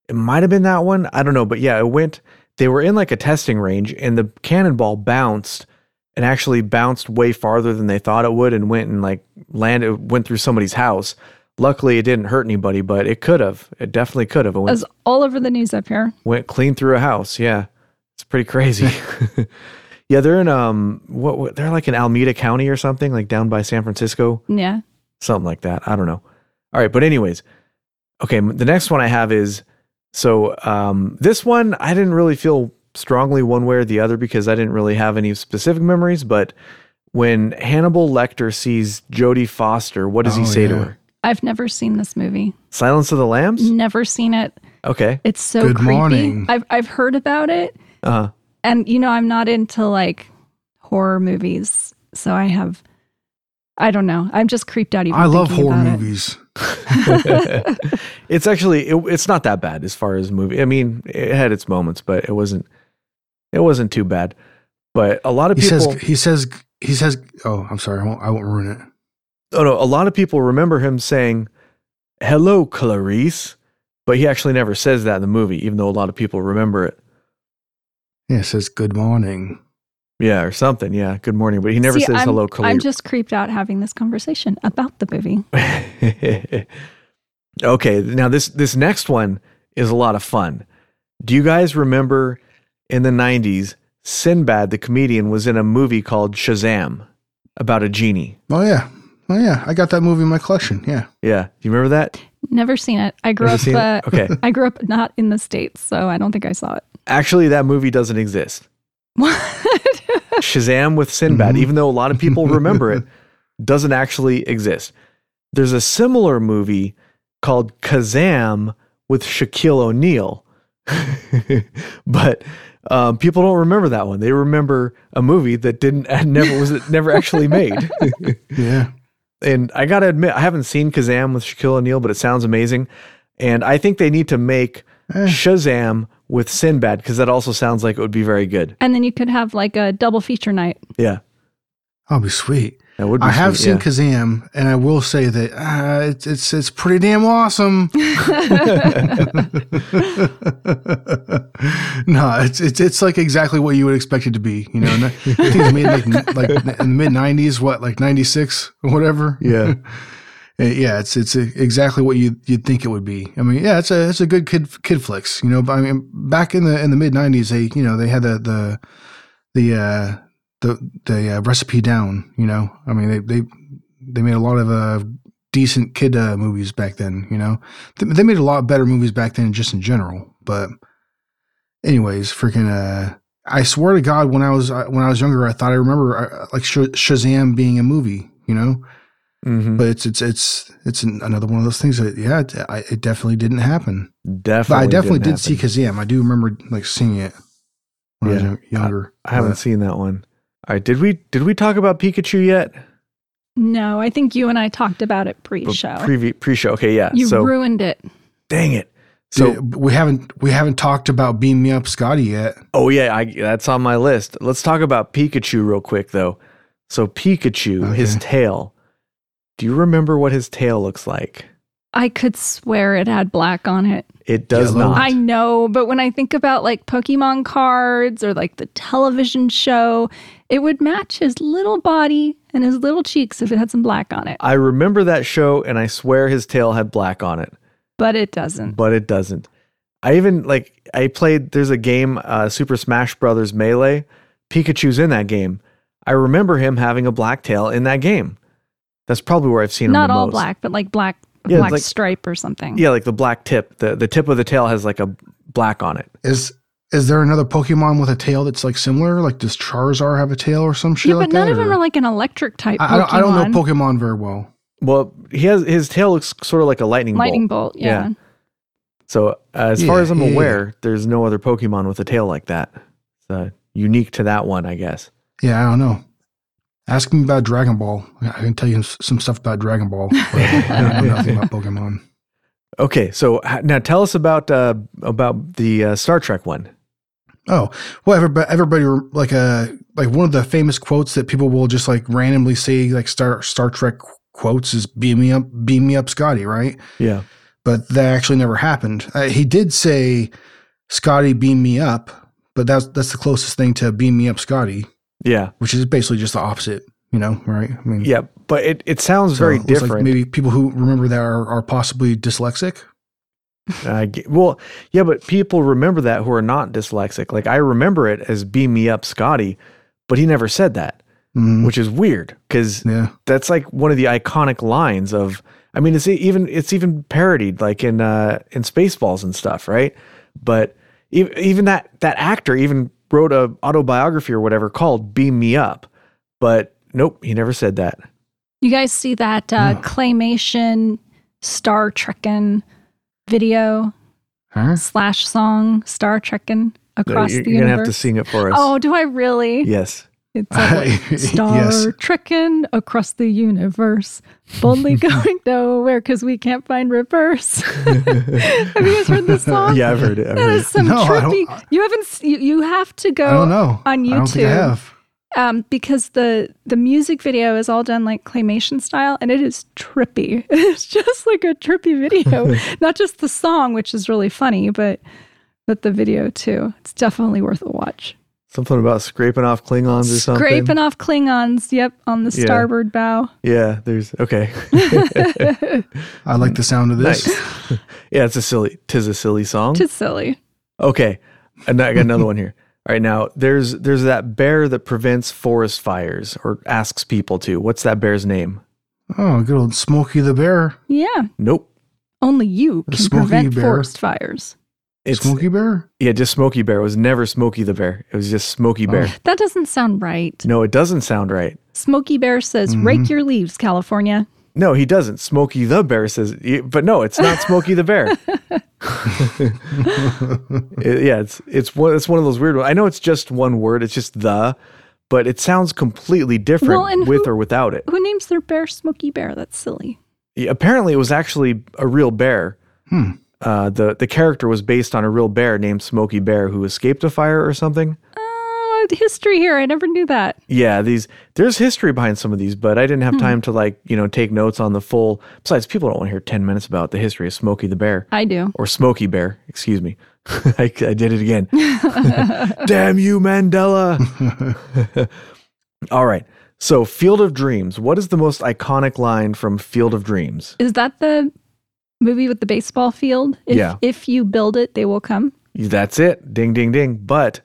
It might have been that one. I don't know, but yeah, it went they were in like a testing range and the cannonball bounced and actually bounced way farther than they thought it would and went and like landed went through somebody's house. Luckily it didn't hurt anybody, but it could have. It definitely could have. It It went, was all over the news up here. went clean through a house. Yeah. It's pretty crazy. yeah, they're in um what, what they're like in Alameda County or something, like down by San Francisco Yeah. something like that. I don't know. All right, but anyways, okay. m- The next one I have is so um, this one I didn't really feel strongly one way or the other because I didn't really have any specific memories. But when Hannibal Lecter sees Jodie Foster, what does he Oh, say to yeah. her? I've never seen this movie. Silence of the Lambs. Never seen it. Okay. It's so Good creepy. morning. I've I've heard about it, Uh, and you know I'm not into like horror movies, so I have. I don't know. I'm just creeped out. Even I love thinking horror about it. movies. it's actually it, it's not that bad as far as movie. I mean, it had its moments, but it wasn't it wasn't too bad. But a lot of He people says, he says, he says, oh, I'm sorry. I won't, I won't ruin it. oh no, a lot of people remember him saying, "Hello, Clarice," but he actually never says that in the movie, even though a lot of people remember it. Yeah, it says, good morning. Yeah, or something. Yeah, good morning, but he never See, says I'm, hello, I'm Clarice. just creeped out having this conversation about the movie. okay, now this this next one is a lot of fun. Do you guys remember in the '90s, Sinbad the comedian was in a movie called Shazam about a genie? Oh, yeah. Oh, yeah. I got that movie in my collection. Yeah. Yeah, do you remember that? Never seen it. I grew Never up. seen it? Uh, Okay. I grew up not in the states, so I don't think I saw it. Actually, that movie doesn't exist. What? Shazam with Sinbad, Mhm. even though a lot of people remember it, doesn't actually exist. There's a similar movie called Kazam with Shaquille O'Neal, but um, people don't remember that one. They remember a movie that didn't never was it never actually made. Yeah. and I gotta admit, I haven't seen Kazam with Shaquille O'Neal, but it sounds amazing. And I think they need to make Eh. Shazam with Sinbad because that also sounds like it would be very good. and then you could have like a double feature night. Yeah, I'll Oh, be sweet. that would. Be I have sweet, seen yeah. Kazam, and I will say that uh, it's, it's it's pretty damn awesome. no, it's it's it's like exactly what you would expect it to be. You know, things made like like in the mid '90s, what like '96 or whatever. Yeah. Uh, yeah, it's it's exactly what you you'd think it would be. I mean, yeah, it's a it's a good kid kid flicks. You know, but I mean, back in the in the mid '90s, they you know they had the the the uh, the the uh, recipe down. You know, I mean they they they made a lot of uh, decent kid uh, movies back then. You know, they, they made a lot better movies back then, just in general. But anyways, freaking uh, I swear to God, when I was uh, when I was younger, I thought I remember uh, like Sh- Shazam being a movie, you know. Mhm. But it's it's it's it's an, another one of those things that yeah, it, I, it definitely didn't happen. But Definitely. I definitely did didn't see happen. Kazam. I do remember like seeing it when I was Yeah. young- younger. I haven't seen that one. All right. Did we did we talk about Pikachu yet? No, I think you and I talked about it pre-show. Pre pre show. Okay. Yeah. you so ruined it. dang it. So So we haven't we haven't talked about Beam Me Up Scotty yet. Oh yeah, I, that's on my list. Let's talk about Pikachu real quick though. So Pikachu, his tail. Do you remember what his tail looks like? I could swear it had black on it. It does Yellow. not. I know, but when I think about like Pokemon cards or like the television show, it would match his little body and his little cheeks if it had some black on it, I remember that show and I swear his tail had black on it, but it doesn't. but it doesn't. I even like I played there's a game uh, Super Smash Brothers Melee. Pikachu's in that game. I remember him having a black tail in that game. That's probably where I've seen him Not the all most. black, but like black a Yeah, it's black like- stripe or something. Yeah, like the black tip. The the tip of the tail has like a black on it. Is is there another Pokemon with a tail that's like similar? Like does Charizard have a tail or some shit Yeah, but like none that? of them or- are like an electric type I, I Pokemon. don't I don't know Pokemon very well. Well, he has his tail looks sort of like a lightning, Lightning bolt. bolt, yeah. So uh, as far Yeah, as I'm yeah, yeah. aware, there's no other Pokemon with a tail like that. It's uh, unique to that one, I guess. Yeah, I don't know. Ask me about Dragon Ball. I I can tell you s- some stuff about Dragon Ball. But I don't know nothing about Pokemon. Okay, so h- now tell us about uh, about the uh, Star Trek one. Oh well, everybody, everybody rem- like a like one of the famous quotes that people will just like randomly say like Star Star Trek qu- quotes is "Beam me up, beam me up, Scotty." Right, Yeah, but that actually never happened. Uh, he did say "Scotty, beam me up," but that's that's the closest thing to "Beam me up, Scotty," yeah, which is basically just the opposite. You know, right? I mean, yeah. But it, it sounds so very it looks like different. maybe people who remember that are, are possibly dyslexic. I ge- well, yeah, but people remember that who are not dyslexic. Like I remember it as "Beam me up, Scotty," but he never said that, Mm, which is weird because yeah. that's like one of the iconic lines of I mean it's e, even it's even parodied like in uh in Spaceballs and stuff, right? But even, even that that actor even wrote a autobiography or whatever called Beam Me Up. But nope, he never said that. You guys see that uh, claymation Star Trekken video Huh? slash song Star Trekken No, across you're the you're gonna universe? have to sing it for us. Oh, do I really? Yes. It's like Star Yes. Trekken across the universe, boldly going nowhere because we can't find reverse. have you guys heard this song? Yeah, I've heard it. I've That heard it. is some No, I don't- trippy. You haven't. s- You, you have to go I don't know. on I don't think I YouTube. have. um, because the the music video is all done like claymation style, and it is trippy. It's just like a trippy video, not just the song, which is really funny, but but the video too. It's definitely worth a watch. Something about scraping off Klingons or something. Scraping off Klingons, yep, on the Yeah. starboard bow. Yeah, there's okay. I like the sound of this. nice. yeah, it's a silly tis a silly song. Just silly. Okay, and I got another one here. All right, now there's there's that bear that prevents forest fires or asks people to. What's that bear's name? Oh, good old Smokey the Bear. Yeah, Nope, only you can Smokey prevent Bear. forest fires. it's Smokey Bear? yeah, just Smokey Bear. It was never Smokey the Bear. It was just Smokey Bear. That doesn't sound right. No, it doesn't sound right. Smokey Bear says, Mm-hmm. "Rake your leaves, California." No, he doesn't. Smokey the Bear says, y- but no, it's not Smokey the Bear. It- yeah, it's it's one it's one of those weird. Ones. I know it's just one word. It's just the, but it sounds completely different Well, and with who- or without it. Who names their bear Smokey Bear? That's silly. Yeah, apparently it was actually a real bear. Uh, the the character was based on a real bear named Smokey Bear who escaped a fire or something. Oh, history here. I never knew that. Yeah, these there's history behind some of these, but I didn't Hmm. have time to like you know take notes on the full. Besides, people don't want to hear ten minutes about the history of Smokey the Bear I do. or Smokey Bear. Excuse me, I, I did it again. Damn you, Mandela! All right, so Field of Dreams. What is the most iconic line from Field of Dreams? Is that the movie with the baseball field? If, Yeah. If you build it, they will come. That's it. Ding ding ding. But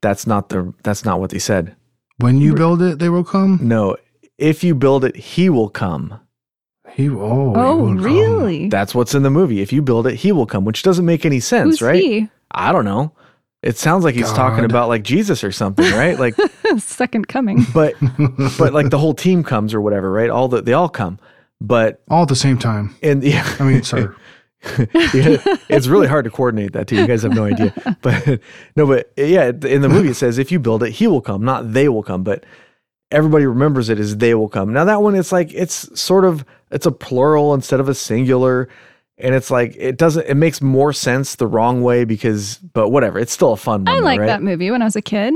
that's not the that's not what they said. When you build it, they will come? No. If you build it, he will come. He oh, he oh, will come. really? That's what's in the movie. If you build it, he will come, which doesn't make any sense, Who's right? he? I don't know. It sounds like he's talking God. about like Jesus or something, right? Like, Second coming. but but like the whole team comes or whatever, right? All the they all come, but all at the same time. and yeah, I mean, sorry. yeah, it's really hard to coordinate that too. You guys have no idea. But no, but yeah, in the movie it says if you build it, he will come, not they will come. But everybody remembers it as they will come. Now that one, it's like it's sort of it's a plural instead of a singular, and it's like it doesn't. It makes more sense the wrong way because, but whatever. It's still a fun. I one, like right? that movie when I was a kid.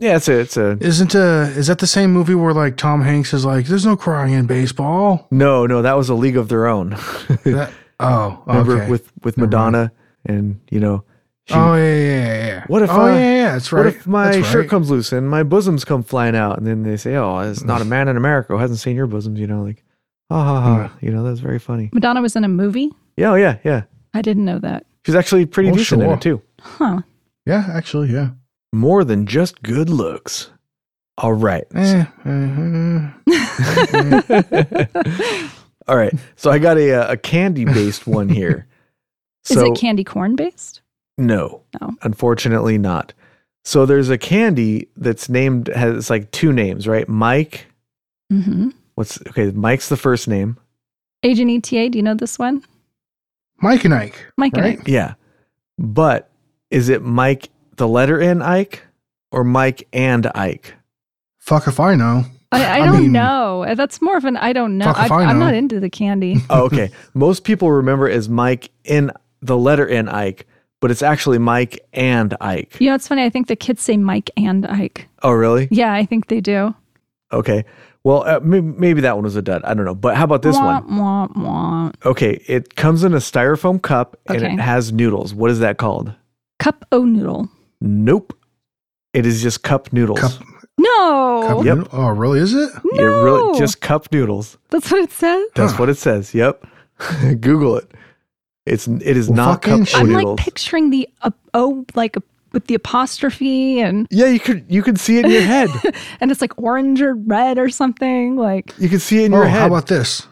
Yeah, it's a it's a Isn't uh is that the same movie where like Tom Hanks is like, "There's no crying in baseball." no no. That was a League of Their Own. That, oh, Remember okay. with with Madonna and you know. she- oh yeah, yeah, yeah, yeah. What if Oh I- yeah, yeah, that's right. What if my That's shirt right. comes loose and my bosoms come flying out? And then they say, "Oh, it's not a man in America who hasn't seen your bosoms." You know, like, ha ha ha. You know, that's very funny. Madonna was in a movie. Yeah, oh, yeah, yeah. I didn't know that. She's actually pretty Oh, decent in sure. it too. Huh. Yeah, actually, yeah. More than just good looks. All right. Eh, eh, eh. All right. So I got a uh, a candy based one here. Is it candy corn based? No. No. Unfortunately not. So there's a candy that's named has it's like two names, right? Mike. Mm-hmm. What's okay, Mike's the first name. Agent ETA, do you know this one? Mike and Ike. Mike and right? Ike. Yeah. But is it Mike the letter N Ike or Mike and Ike? Fuck if I know. I, I, I don't mean- know. That's more of an I don't know. Fuck I, if I I'm know. not into the candy. Oh, okay. Most people remember it as Mike in the letter N Ike, but it's actually Mike and Ike. You know, it's funny. I think the kids say Mike and Ike. Oh, really? Yeah, I think they do. Okay. Well, uh, may- maybe that one was a dud. I don't know. But how about this Wah, one? wah, wah. Okay, it comes in a styrofoam cup and Okay. it has noodles. What is that called? Cup o noodle. Nope. It is just cup noodles. Cup, No, cup Yep. noodle- Oh, really? Is it? It No. really just cup noodles. that's what it says. That's Huh. what it says. Yep. Google it. It's it is Well, not cup fucking shit. I'm noodles. like picturing the uh, oh, like with the apostrophe and yeah, you could you could see it in your head. and it's like orange or red or something. Like you could see it in oh, your head. how about this?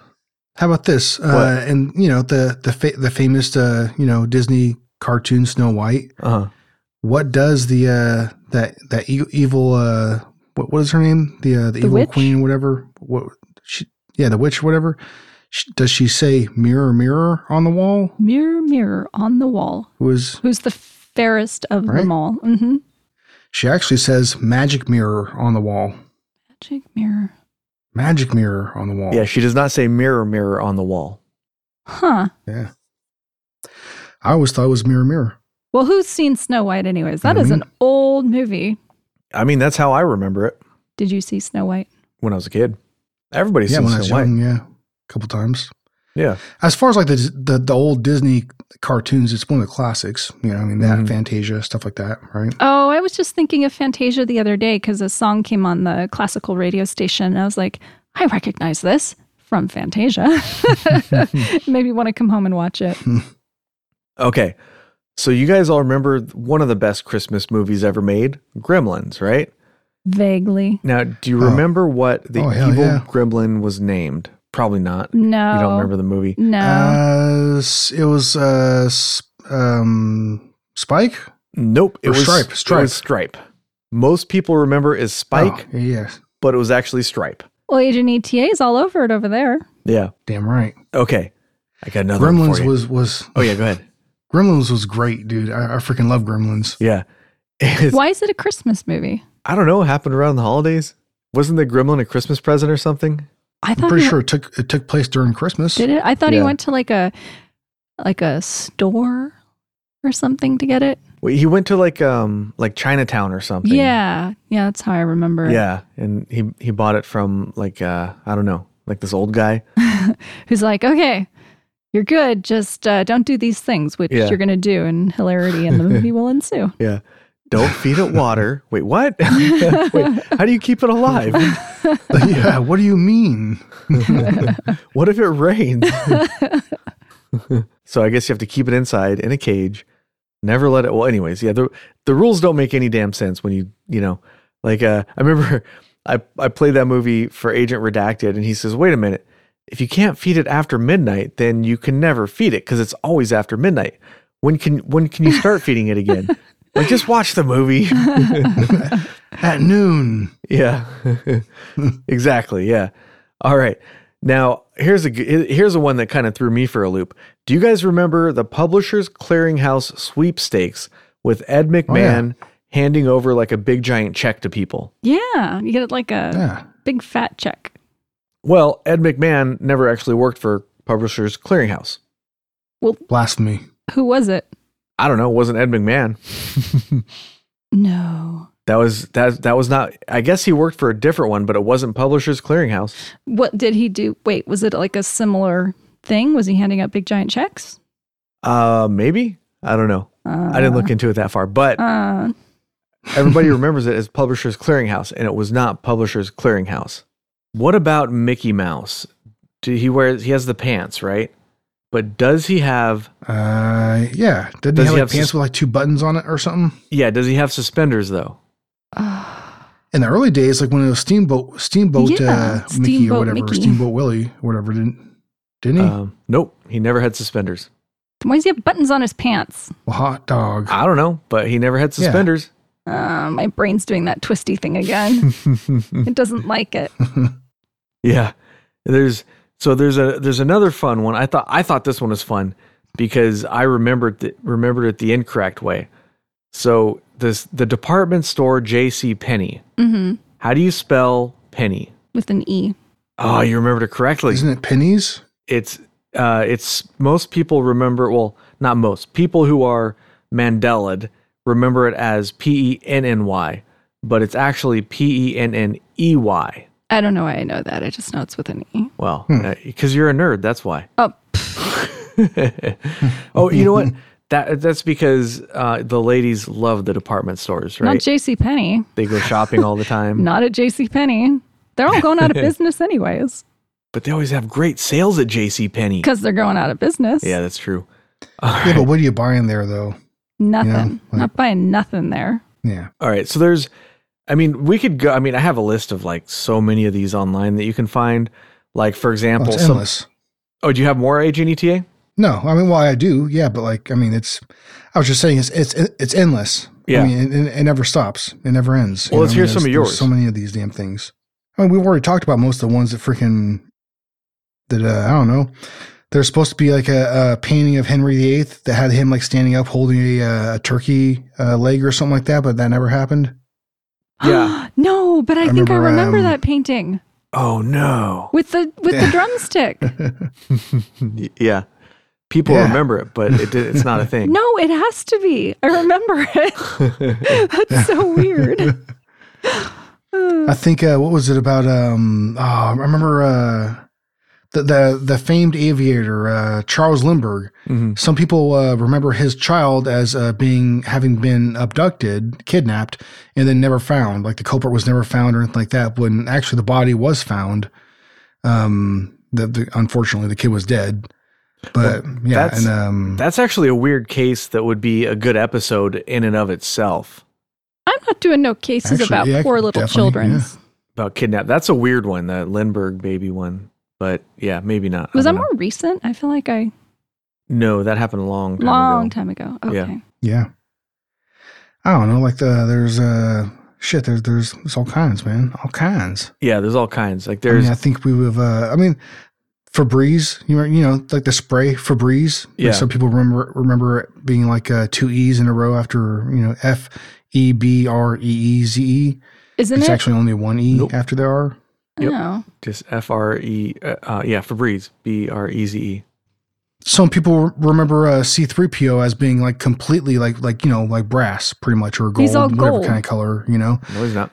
How about this? Uh, and you know the the fa- the famous uh, you know Disney cartoon Snow White. uh-huh. What does the uh, that that e- evil uh, what what is her name? The uh, the, evil witch? queen, whatever. What she? Yeah, the witch, whatever. Sh does she say "mirror, mirror on the wall"? mirror, mirror on the wall, Who is who's the fairest of Right. them all? Mm-hmm. she actually says "magic mirror on the wall"? Magic mirror, Magic mirror on the wall. Yeah, she does not say mirror mirror on the wall. huh? Yeah. I always thought it was mirror, mirror. Well, who's seen Snow White, anyways? That Know Mm-hmm. is me. an old movie. I mean, that's how I remember it Did you see Snow White? when I was a kid. Everybody's yeah, seen when I was Snow White. young, yeah, a couple times. Yeah. As far as like the, the the old Disney cartoons, it's one of the classics. You know, I mean that Mhm. Fantasia stuff like that, right? Oh, I was just thinking of Fantasia the other day because a song came on the classical radio station. And I was like, I recognize this from Fantasia. Maybe want to come home and watch it. Okay. So you guys all remember one of the best Christmas movies ever made, Gremlins, right? Vaguely. Now, do you Oh. remember what the Oh, hell evil yeah. gremlin was named? Probably not. No. You don't remember the movie. No. Uh, s- it was uh, s- um, Spike. Nope. It Or was Stripe, It Stripe. was Stripe. Most people remember as Spike, Oh, yeah, but it was actually Stripe. well, Agent ETA is all over it over there. Yeah. damn right. Okay. I got another one for Gremlins you. was was Oh yeah. Go ahead. Gremlins was great, dude. I, I freaking love Gremlins. Yeah. It's- Why is it a Christmas movie? I don't know. It happened around the holidays. Wasn't the gremlin a Christmas present or something? I I'm thought pretty he sure it took it took place during Christmas. did it. I thought he Yeah. went to like a like a store or something to get it. Wait, he went to like um like Chinatown or something. Yeah. Yeah, that's how I remember it. Yeah. And he he bought it from like uh I don't know like this old guy. who's like, okay, you're good, just uh, don't do these things, which Yeah. you're going to do, and hilarity in the movie will ensue. Yeah. Don't feed it water. Wait, what? Wait, how do you keep it alive? yeah, what do you mean? What if it rains? so I guess you have to keep it inside in a cage. Never let it. Well, anyways, yeah. The the rules don't make any damn sense when you you know, like uh, I remember I I played that movie for Agent Redacted, and he says, "Wait a minute, if you can't feed it after midnight, then you can never feed it because it's always after midnight. When can when can you start feeding it again?" Like, just watch the movie. At noon. Yeah. exactly. Yeah. All right. Now, here's a g- here's a one that kind of threw me for a loop. Do you guys remember the Publishers Clearinghouse sweepstakes with Ed McMahon handing over like a big giant check to people? Yeah, you get like a Yeah. big fat check. Well, Ed McMahon never actually worked for Publishers Clearinghouse. Blasphemy. Who was it? I don't know, it wasn't Ed McMahon. No. That was that that was not I guess he worked for a different one, but it wasn't Publishers Clearinghouse. What did he do? Wait, was it like a similar thing? Was he handing out big giant checks? Uh maybe? I don't know. Uh, I didn't look into it that far, but Uh, Everybody remembers it as Publishers Clearinghouse, and it was not Publishers Clearinghouse. What about Mickey Mouse? Do he wears he has the pants, right? But does he have Uh, yeah. Didn't Does he have, he like, have pants sus- with like two buttons on it or something? yeah, does he have suspenders though? uh, In the early days, like when it was Steamboat, Steamboat, Yeah, uh, Mickey Steamboat or whatever, Mickey. Steamboat Willie, or whatever, didn't didn't he? Um, nope, he never had suspenders. why does he have buttons on his pants? well, hot dog. I don't know, but he never had Yeah. suspenders. Uh, my brain's doing that twisty thing again. it doesn't like it. Yeah. There's so there's a there's another fun one. I thought I thought this one was fun because I remembered the, remembered it the incorrect way. So this the department store J.C. Penney. hmm How do you spell penny? With an E. Oh, you remembered it correctly. Isn't it pennies? It's uh, it's most people remember. Well, not most people who are Mandela'd remember it as P E N N Y, but it's actually P E N N E Y. I don't know why I know that. I just know it's with an E. Well, because you're a nerd, that's why. Oh, pff, oh, you know what? That that's because uh, the ladies love the department stores, not right? J.C. Penney. they go shopping all the time, Not at J.C. Penney. They're all going out of business anyways but they always have great sales at J.C. Penney. because they're going out of business. Yeah, that's true. Yeah, but what are you buying there though? Nothing. Yeah, like- Not buying nothing there. Yeah. All right. So there's, I mean, we could go. I mean, I have a list of like so many of these online that you can find. Like, for Well, example, it's some, endless. oh, do you have more agent ETA? No, I mean, well, I do, yeah, but like, I mean, it's. I was just saying, it's it's it's endless. Yeah. I mean, it, it never stops. It never ends. Well, let's I mean, hear some there's- of there's yours. So many of these damn things. I mean, we've already talked about most of the ones that freaking that uh, I don't know. There's supposed to be like a, a painting of Henry VIII that had him like standing up holding a, uh, a turkey uh, leg or something like that, but that never happened. Yeah. no, but I, I think I remember, remember um, that painting Oh no. with the with the drumstick. Y- yeah. People Yeah. remember it, but it, did- it's not a thing. No, it has to be. I remember it. That's so weird. I think uh, what was it about? Um, oh, I remember uh, the the the famed aviator uh, Charles Lindbergh. Mhm. Some people uh, remember his child as uh, being having been abducted, kidnapped, and then never found. Like the culprit was never found or anything like that. When actually the body was found. Um, the, the unfortunately the kid was dead. But yeah, that's- and um, That's actually a weird case that would be a good episode in and of itself I'm not doing no cases Actually, about yeah, poor little definitely, children. about kidnap. That's a weird one, the Lindbergh baby one. But yeah, maybe not. I Was that don't know. more recent? I feel like I No, that happened a long time long ago. time ago. Okay. Yeah. yeah, I don't know. Like the there's uh shit. There's there's there's all kinds, man. All kinds. Yeah, there's all kinds. Like I there's mean, I think we would have. Uh, I mean, Febreze, you know, you know, like the spray Febreze. Like, Yeah. some people remember remember it being like uh, two E's in a row after you know F E B R E E Z E. Isn't It's it? Oh. actually only one E Nope. after there are. Yep. No. Just F R E, uh, uh, yeah, Febreze, B R E Z E. Some people re- remember uh, C three PO as being like completely like like you know like brass pretty much or gold, He's all whatever gold. kind of color you know. No, he's not.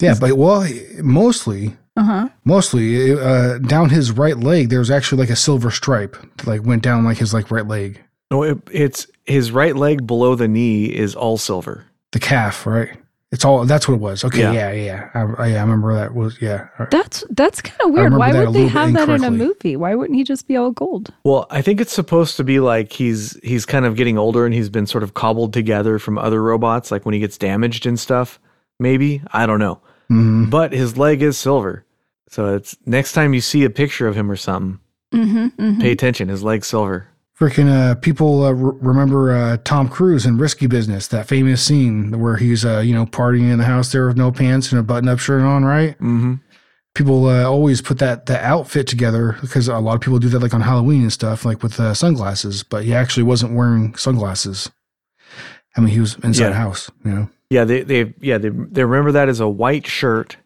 Yeah, but well, mostly Uh huh. mostly uh, down his right leg there was actually like a silver stripe that, like went down like his like right leg, No, it, it's his right leg below the knee is all silver. the calf, right? It's all that's what it was. Okay, yeah, Yeah. yeah. I, I, yeah, I remember that was yeah. all right. That's that's kind of weird. remember Why that a would they little bit have that in a incorrectly. movie? Why wouldn't he just be all gold? Well, I think it's supposed to be like he's he's kind of getting older and he's been sort of cobbled together from other robots, like when he gets damaged and stuff. Maybe I don't know, Mhm. but his leg is silver. So it's next time you see a picture of him or something, Mm-hmm. pay attention. His leg's silver. Freaking uh, people uh, re- remember uh, Tom Cruise in Risky Business, that famous scene where he's uh, you know partying in the house there with no pants and a button-up shirt on, right? Mm-hmm. People uh, always put that that outfit together because a lot of people do that like on Halloween and stuff, like with uh, sunglasses. But he actually wasn't wearing sunglasses. I mean, he was inside Yeah. a house, you know. Yeah, they they yeah they they remember that as a white shirt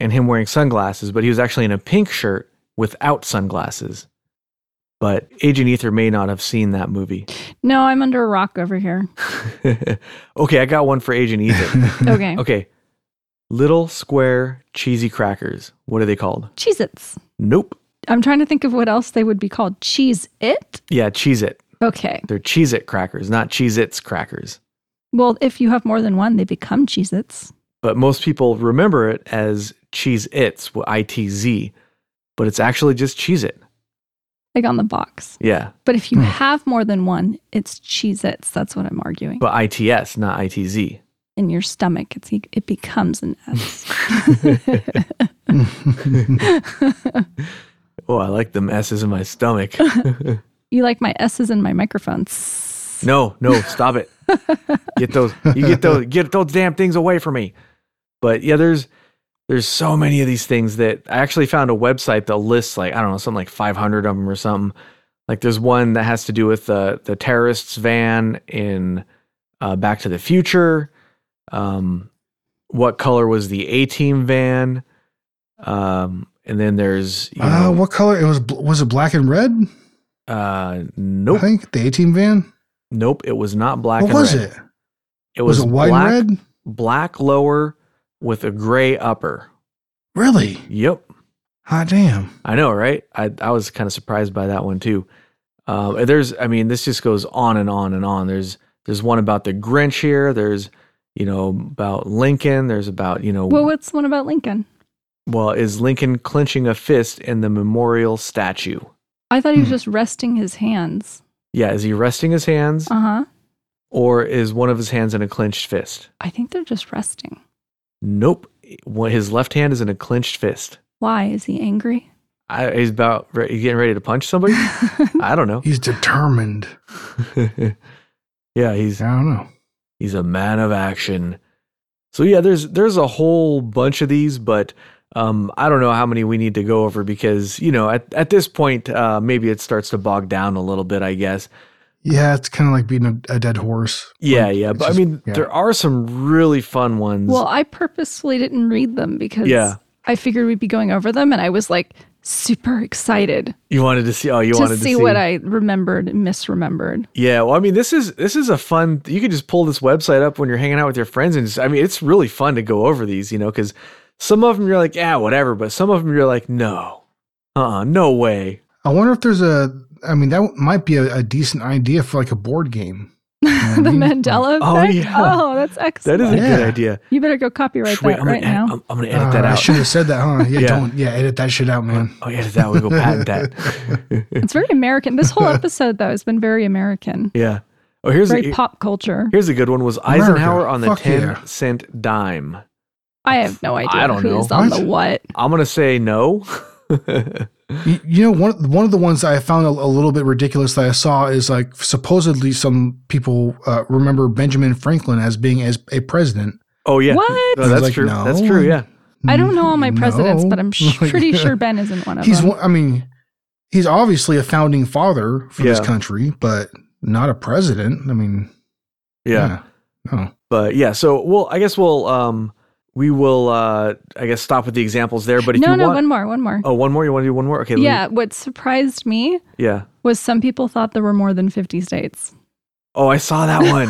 and him wearing sunglasses, but he was actually in a pink shirt without sunglasses. But Agent Ether may not have seen that movie. No, I'm under a rock over here. okay, I got one for Agent Ether. Okay. Okay. Little square cheesy crackers. What are they called? Cheez Its. Nope. I'm trying to think of what else they would be called. Cheese It? Yeah, Cheez It. Okay. They're Cheez It crackers, not Cheez Its crackers. Well, if you have more than one, they become Cheez Its. But most people remember it as Cheez Its, I T Z. But it's actually just Cheez It. Like on the box. Yeah. But if you Hmm. have more than one, it's Cheez Its. That's what I'm arguing. But ITS, not ITZ. In your stomach, it's, it becomes an S. Oh, I like them S's in my stomach. you like my S's in my microphones. no, no, stop it. Get those you get those get those damn things away from me. But yeah, there's there's so many of these things that I actually found a website that lists like I don't know, something like 500 of them or something. Like there's one that has to do with the the terrorists van in uh, Back to the Future. Um, what color was the A Team van? Um, and then there's you Uh, know, what color? It was bl- was it black and red? Uh, nope, I think the A team van. nope. It was not black. what and was red. it? It Was was, it white black, and red? black lower with a gray upper. Really? Yep, Hot damn! I know, right? I I was kind of surprised by that one too. Um, and there's, I mean, this just goes on and on and on. There's there's one about the Grinch here. There's you know about Lincoln. There's about you know Well, what's the one about Lincoln? well is Lincoln clenching a fist in the memorial statue? I thought he was Hmm. just resting his hands. Yeah, is he resting his hands Uh huh. or is one of his hands in a clenched fist? I think they're just resting. Nope. What- His left hand is in a clenched fist. Why? Is he angry? I, he's about re- he's getting ready to punch somebody. I don't know. He's determined. yeah, he's I don't know. he's a man of action. So yeah, there's there's a whole bunch of these, but um, I don't know how many we need to go over because you know at at this point uh, maybe it starts to bog down a little bit. I guess. Yeah, it's kind of like beating a, a dead horse. Yeah, Like, yeah, it's but just- I mean yeah. there are some really fun ones. Well, I purposefully didn't read them because Yeah. I figured we'd be going over them, and I was like super excited you wanted to see? Oh, you to wanted see, what I remembered and misremembered. Yeah, well, I mean, this is this is a fun. You can just pull this website up when you're hanging out with your friends, and just, I mean, it's really fun to go over these, you know, because some of them you're like, yeah, whatever, but some of them you're like, no, uh, uh no way. I wonder if there's a. I mean, that might be a, a decent idea for like a board game. the Mandela Oh, effect. yeah. Oh, that's That excellent. is a Yeah. good idea. you better go copyright Shh, wait, that I'm, right gonna now. edit, I'm, I'm gonna edit that Uh, I out. should have said that, huh? Yeah, Yeah. don't. Yeah, edit that shit out, man. oh, edit that. We go patent that. it's very American. This whole episode though has been very American, yeah. Oh, here's a, very pop culture. here's a good one. Was Eisenhower America. on the Fuck ten yeah. cent dime? I have no idea don't know. who's on the what. I'm gonna say no. You, you know, one one of the ones that I found a, a little bit ridiculous that I saw is like supposedly some people uh, remember Benjamin Franklin as being as a president. oh yeah. What? No, I was that's like, true. no. That's true. Yeah. I don't know all my No. presidents, but I'm sh- Like, pretty sure Ben isn't one of he's Uh-huh. them. one. I mean, he's obviously a founding father for this Yeah. country, but not a president. I mean, yeah. no. but yeah so we'll i guess we'll um we will uh i guess stop with the examples there but if no, you no, want one more, one more. oh one more you want to do one more okay let me- yeah, what surprised me yeah was some people thought there were more than 50 states. oh i saw that one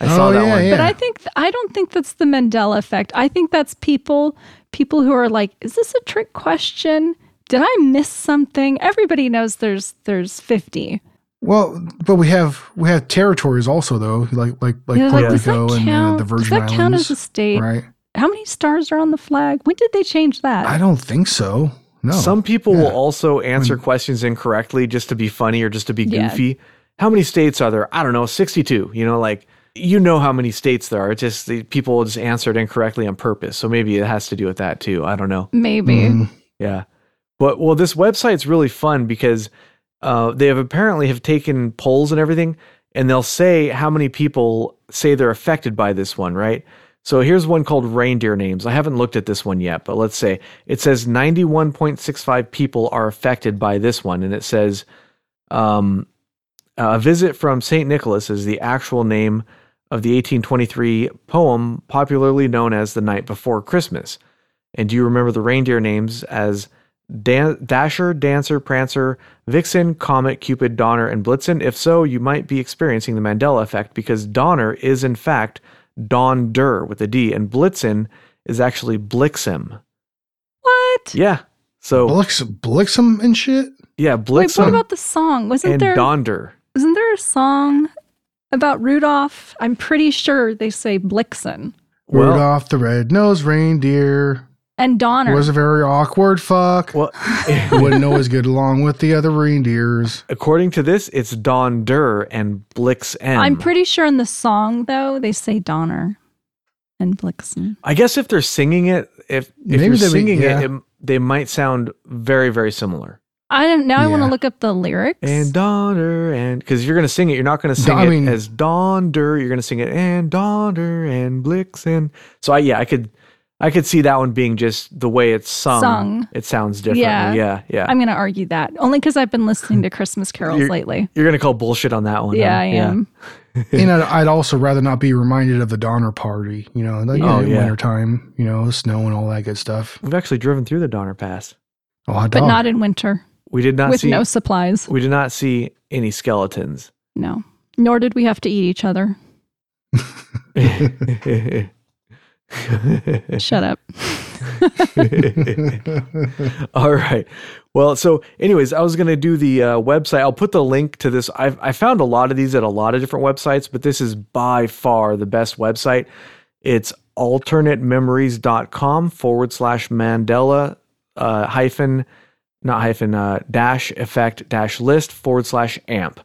i saw Oh, that yeah, one yeah. But I think I don't think that's the Mandela effect. I think that's people people who are like, is this a trick question? Did I miss something? Everybody knows there's there's 50. Well, but we have we have territories also though, like like like They're Puerto like, does Rico that and uh, count? the does Virgin that Islands, count as a state? right? How many stars are on the flag? When did they change that? I don't think so. No. some people Oh, Yeah. will also answer questions incorrectly just to be funny or just to be Yeah. goofy how many states are there i don't know 62 you know like you know how many states there are it's just the people just answered incorrectly on purpose so maybe it has to do with that too i don't know Maybe. Mm. Yeah. But well, this website's really fun because uh, they have apparently have taken polls and everything, and they'll say how many people say they're affected by this one, right? So here's one called reindeer names. I haven't looked at this one yet, but let's say it says 91.65 people are affected by this one, and it says um, a visit from Saint Nicholas is the actual name of the 1823 poem popularly known as the Night Before Christmas. And do you remember the reindeer names as Dan- Dasher, Dancer, Prancer, Vixen, Comet, Cupid, Donner, and Blitzen? If so, you might be experiencing the Mandela effect because Donner is, in fact, Don Durr with a D, and Blitzen is actually Blixim. What? Yeah. So, Blix, Blixum and shit. yeah, Wait, what um, Blixim about the song? Wasn't and there Donder. not there a song about Rudolph? I'm pretty sure they say Blixen Well- Rudolph the red-nosed reindeer and Donner. was a very awkward fuck. Well, Wouldn't always get along with the other reindeers. according to this, it's Don Durr and Blixen. I'm pretty sure in the song though they say Donner and Blixen. I guess if they're singing it, if if Maybe you're they- singing yeah. it, it, they might sound very very similar. I don't now I want to Yeah. look up the lyrics. And Donder and because you're gonna sing it, you're not gonna sing I it mean- as Donder. You're gonna sing it and Donder and Blixen. So I yeah, I could I could see that one being just the way it's sung. Sung. It sounds differently. Yeah. Yeah, yeah. I'm going to argue that only because I've been listening to Christmas carols You're- lately. you're gonna call bullshit on that one. Yeah, huh? I am. and I'd, I'd also rather not be reminded of the Donner Party. You know, like Oh, in yeah. wintertime. You know, snow and all that good stuff. We've actually driven through the Donner Pass. Oh, hot But dog. not in winter We did not with see. no supplies. we did not see any skeletons. No. Nor did we have to eat each other. Shut up. All right. Well, so anyways, I was going to do the uh, website. I'll put the link to this. I've, I found a lot of these at a lot of different websites, but this is by far the best website. It's alternatememories.com forward slash Mandela uh, hyphen, not hyphen, uh, dash effect dash list forward slash amp.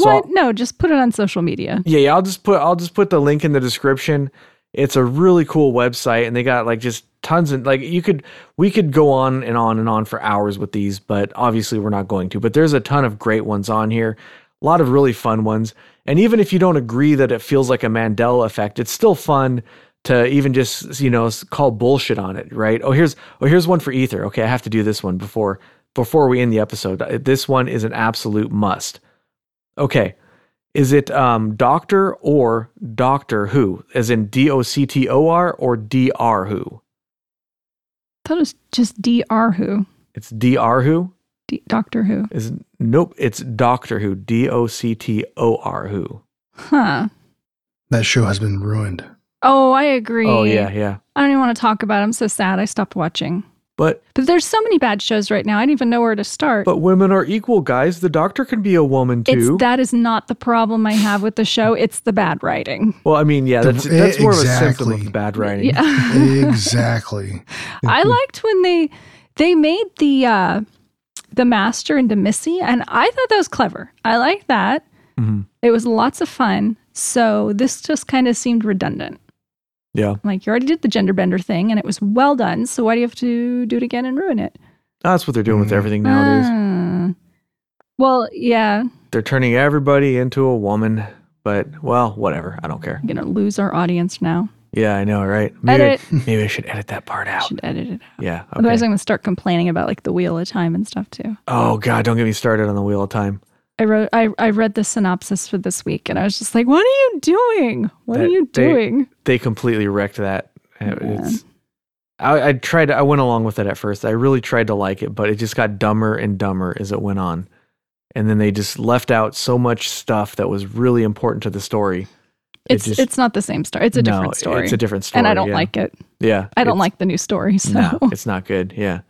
So I'll- what? No, just put it on social media. yeah, yeah, I'll just put I'll just put the link in the description. It's a really cool website and they got like just tons of like you could we could go on and on and on for hours with these, but obviously we're not going to. But there's a ton of great ones on here. A lot of really fun ones. And even if you don't agree that it feels like a Mandela effect, it's still fun to even just, you know, s- call bullshit on it, right? Oh, here's oh, here's one for Ether. Okay, I have to do this one before before we end the episode. Uh, This one is an absolute must. Okay. Is it um, Doctor or Doctor Who, as in D O C T O R or D R Who? thought it was just DR Who, It's D R Who. D- Doctor Who. Is nope. It's Doctor Who. D O C T O R Who. Huh. that show has been ruined. Oh, I agree. Oh yeah, yeah. I don't even want to talk about it. I'm so sad. I stopped watching. But But there's so many bad shows right now. I don't even know where to start. but women are equal, guys. The Doctor can be a woman it's too. that is not the problem I have with the show. It's the bad writing. well, I mean, yeah. The- That's that's more of a symptom exactly. of bad writing. Yeah. exactly. I liked when they they made the uh the master into Missy and I thought that was clever. I liked that. Mhm. It was lots of fun. So this just kind of seemed redundant. Yeah. Like you already did the gender bender thing and it was well done. So why do you have to do it again and ruin it? That's what they're doing with Mhm. everything nowadays. Ah. well, yeah, They're turning everybody into a woman. But well, whatever. I don't care. I'm gonna lose our audience now. Yeah, I know, right? Maybe, I- Edit. maybe I should edit that part I out. should edit it. Out. Yeah. Okay. Otherwise, I'm gonna start complaining about like the wheel of time and stuff too. Oh God, don't get me started on the Wheel of Time. I wrote I, I read the synopsis for this week and I was just like, What are you doing? What are That- you they- doing? They completely wrecked that. It- It's, I, I tried. I went along with it at first. I really tried to like it, but it just got dumber and dumber as it went on. And then they just left out so much stuff that was really important to the story. It It's just- it's not the same story. It's a No, different story. It's a different story, and I don't yeah. like it. Yeah, I don't it's- like the new story. So No, it's not good. Yeah.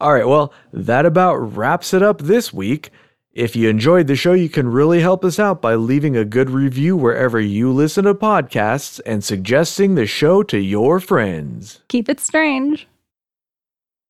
All right. Well, that about wraps it up this week. If you enjoyed the show, you can really help us out by leaving a good review wherever you listen to podcasts and suggesting the show to your friends. keep it strange.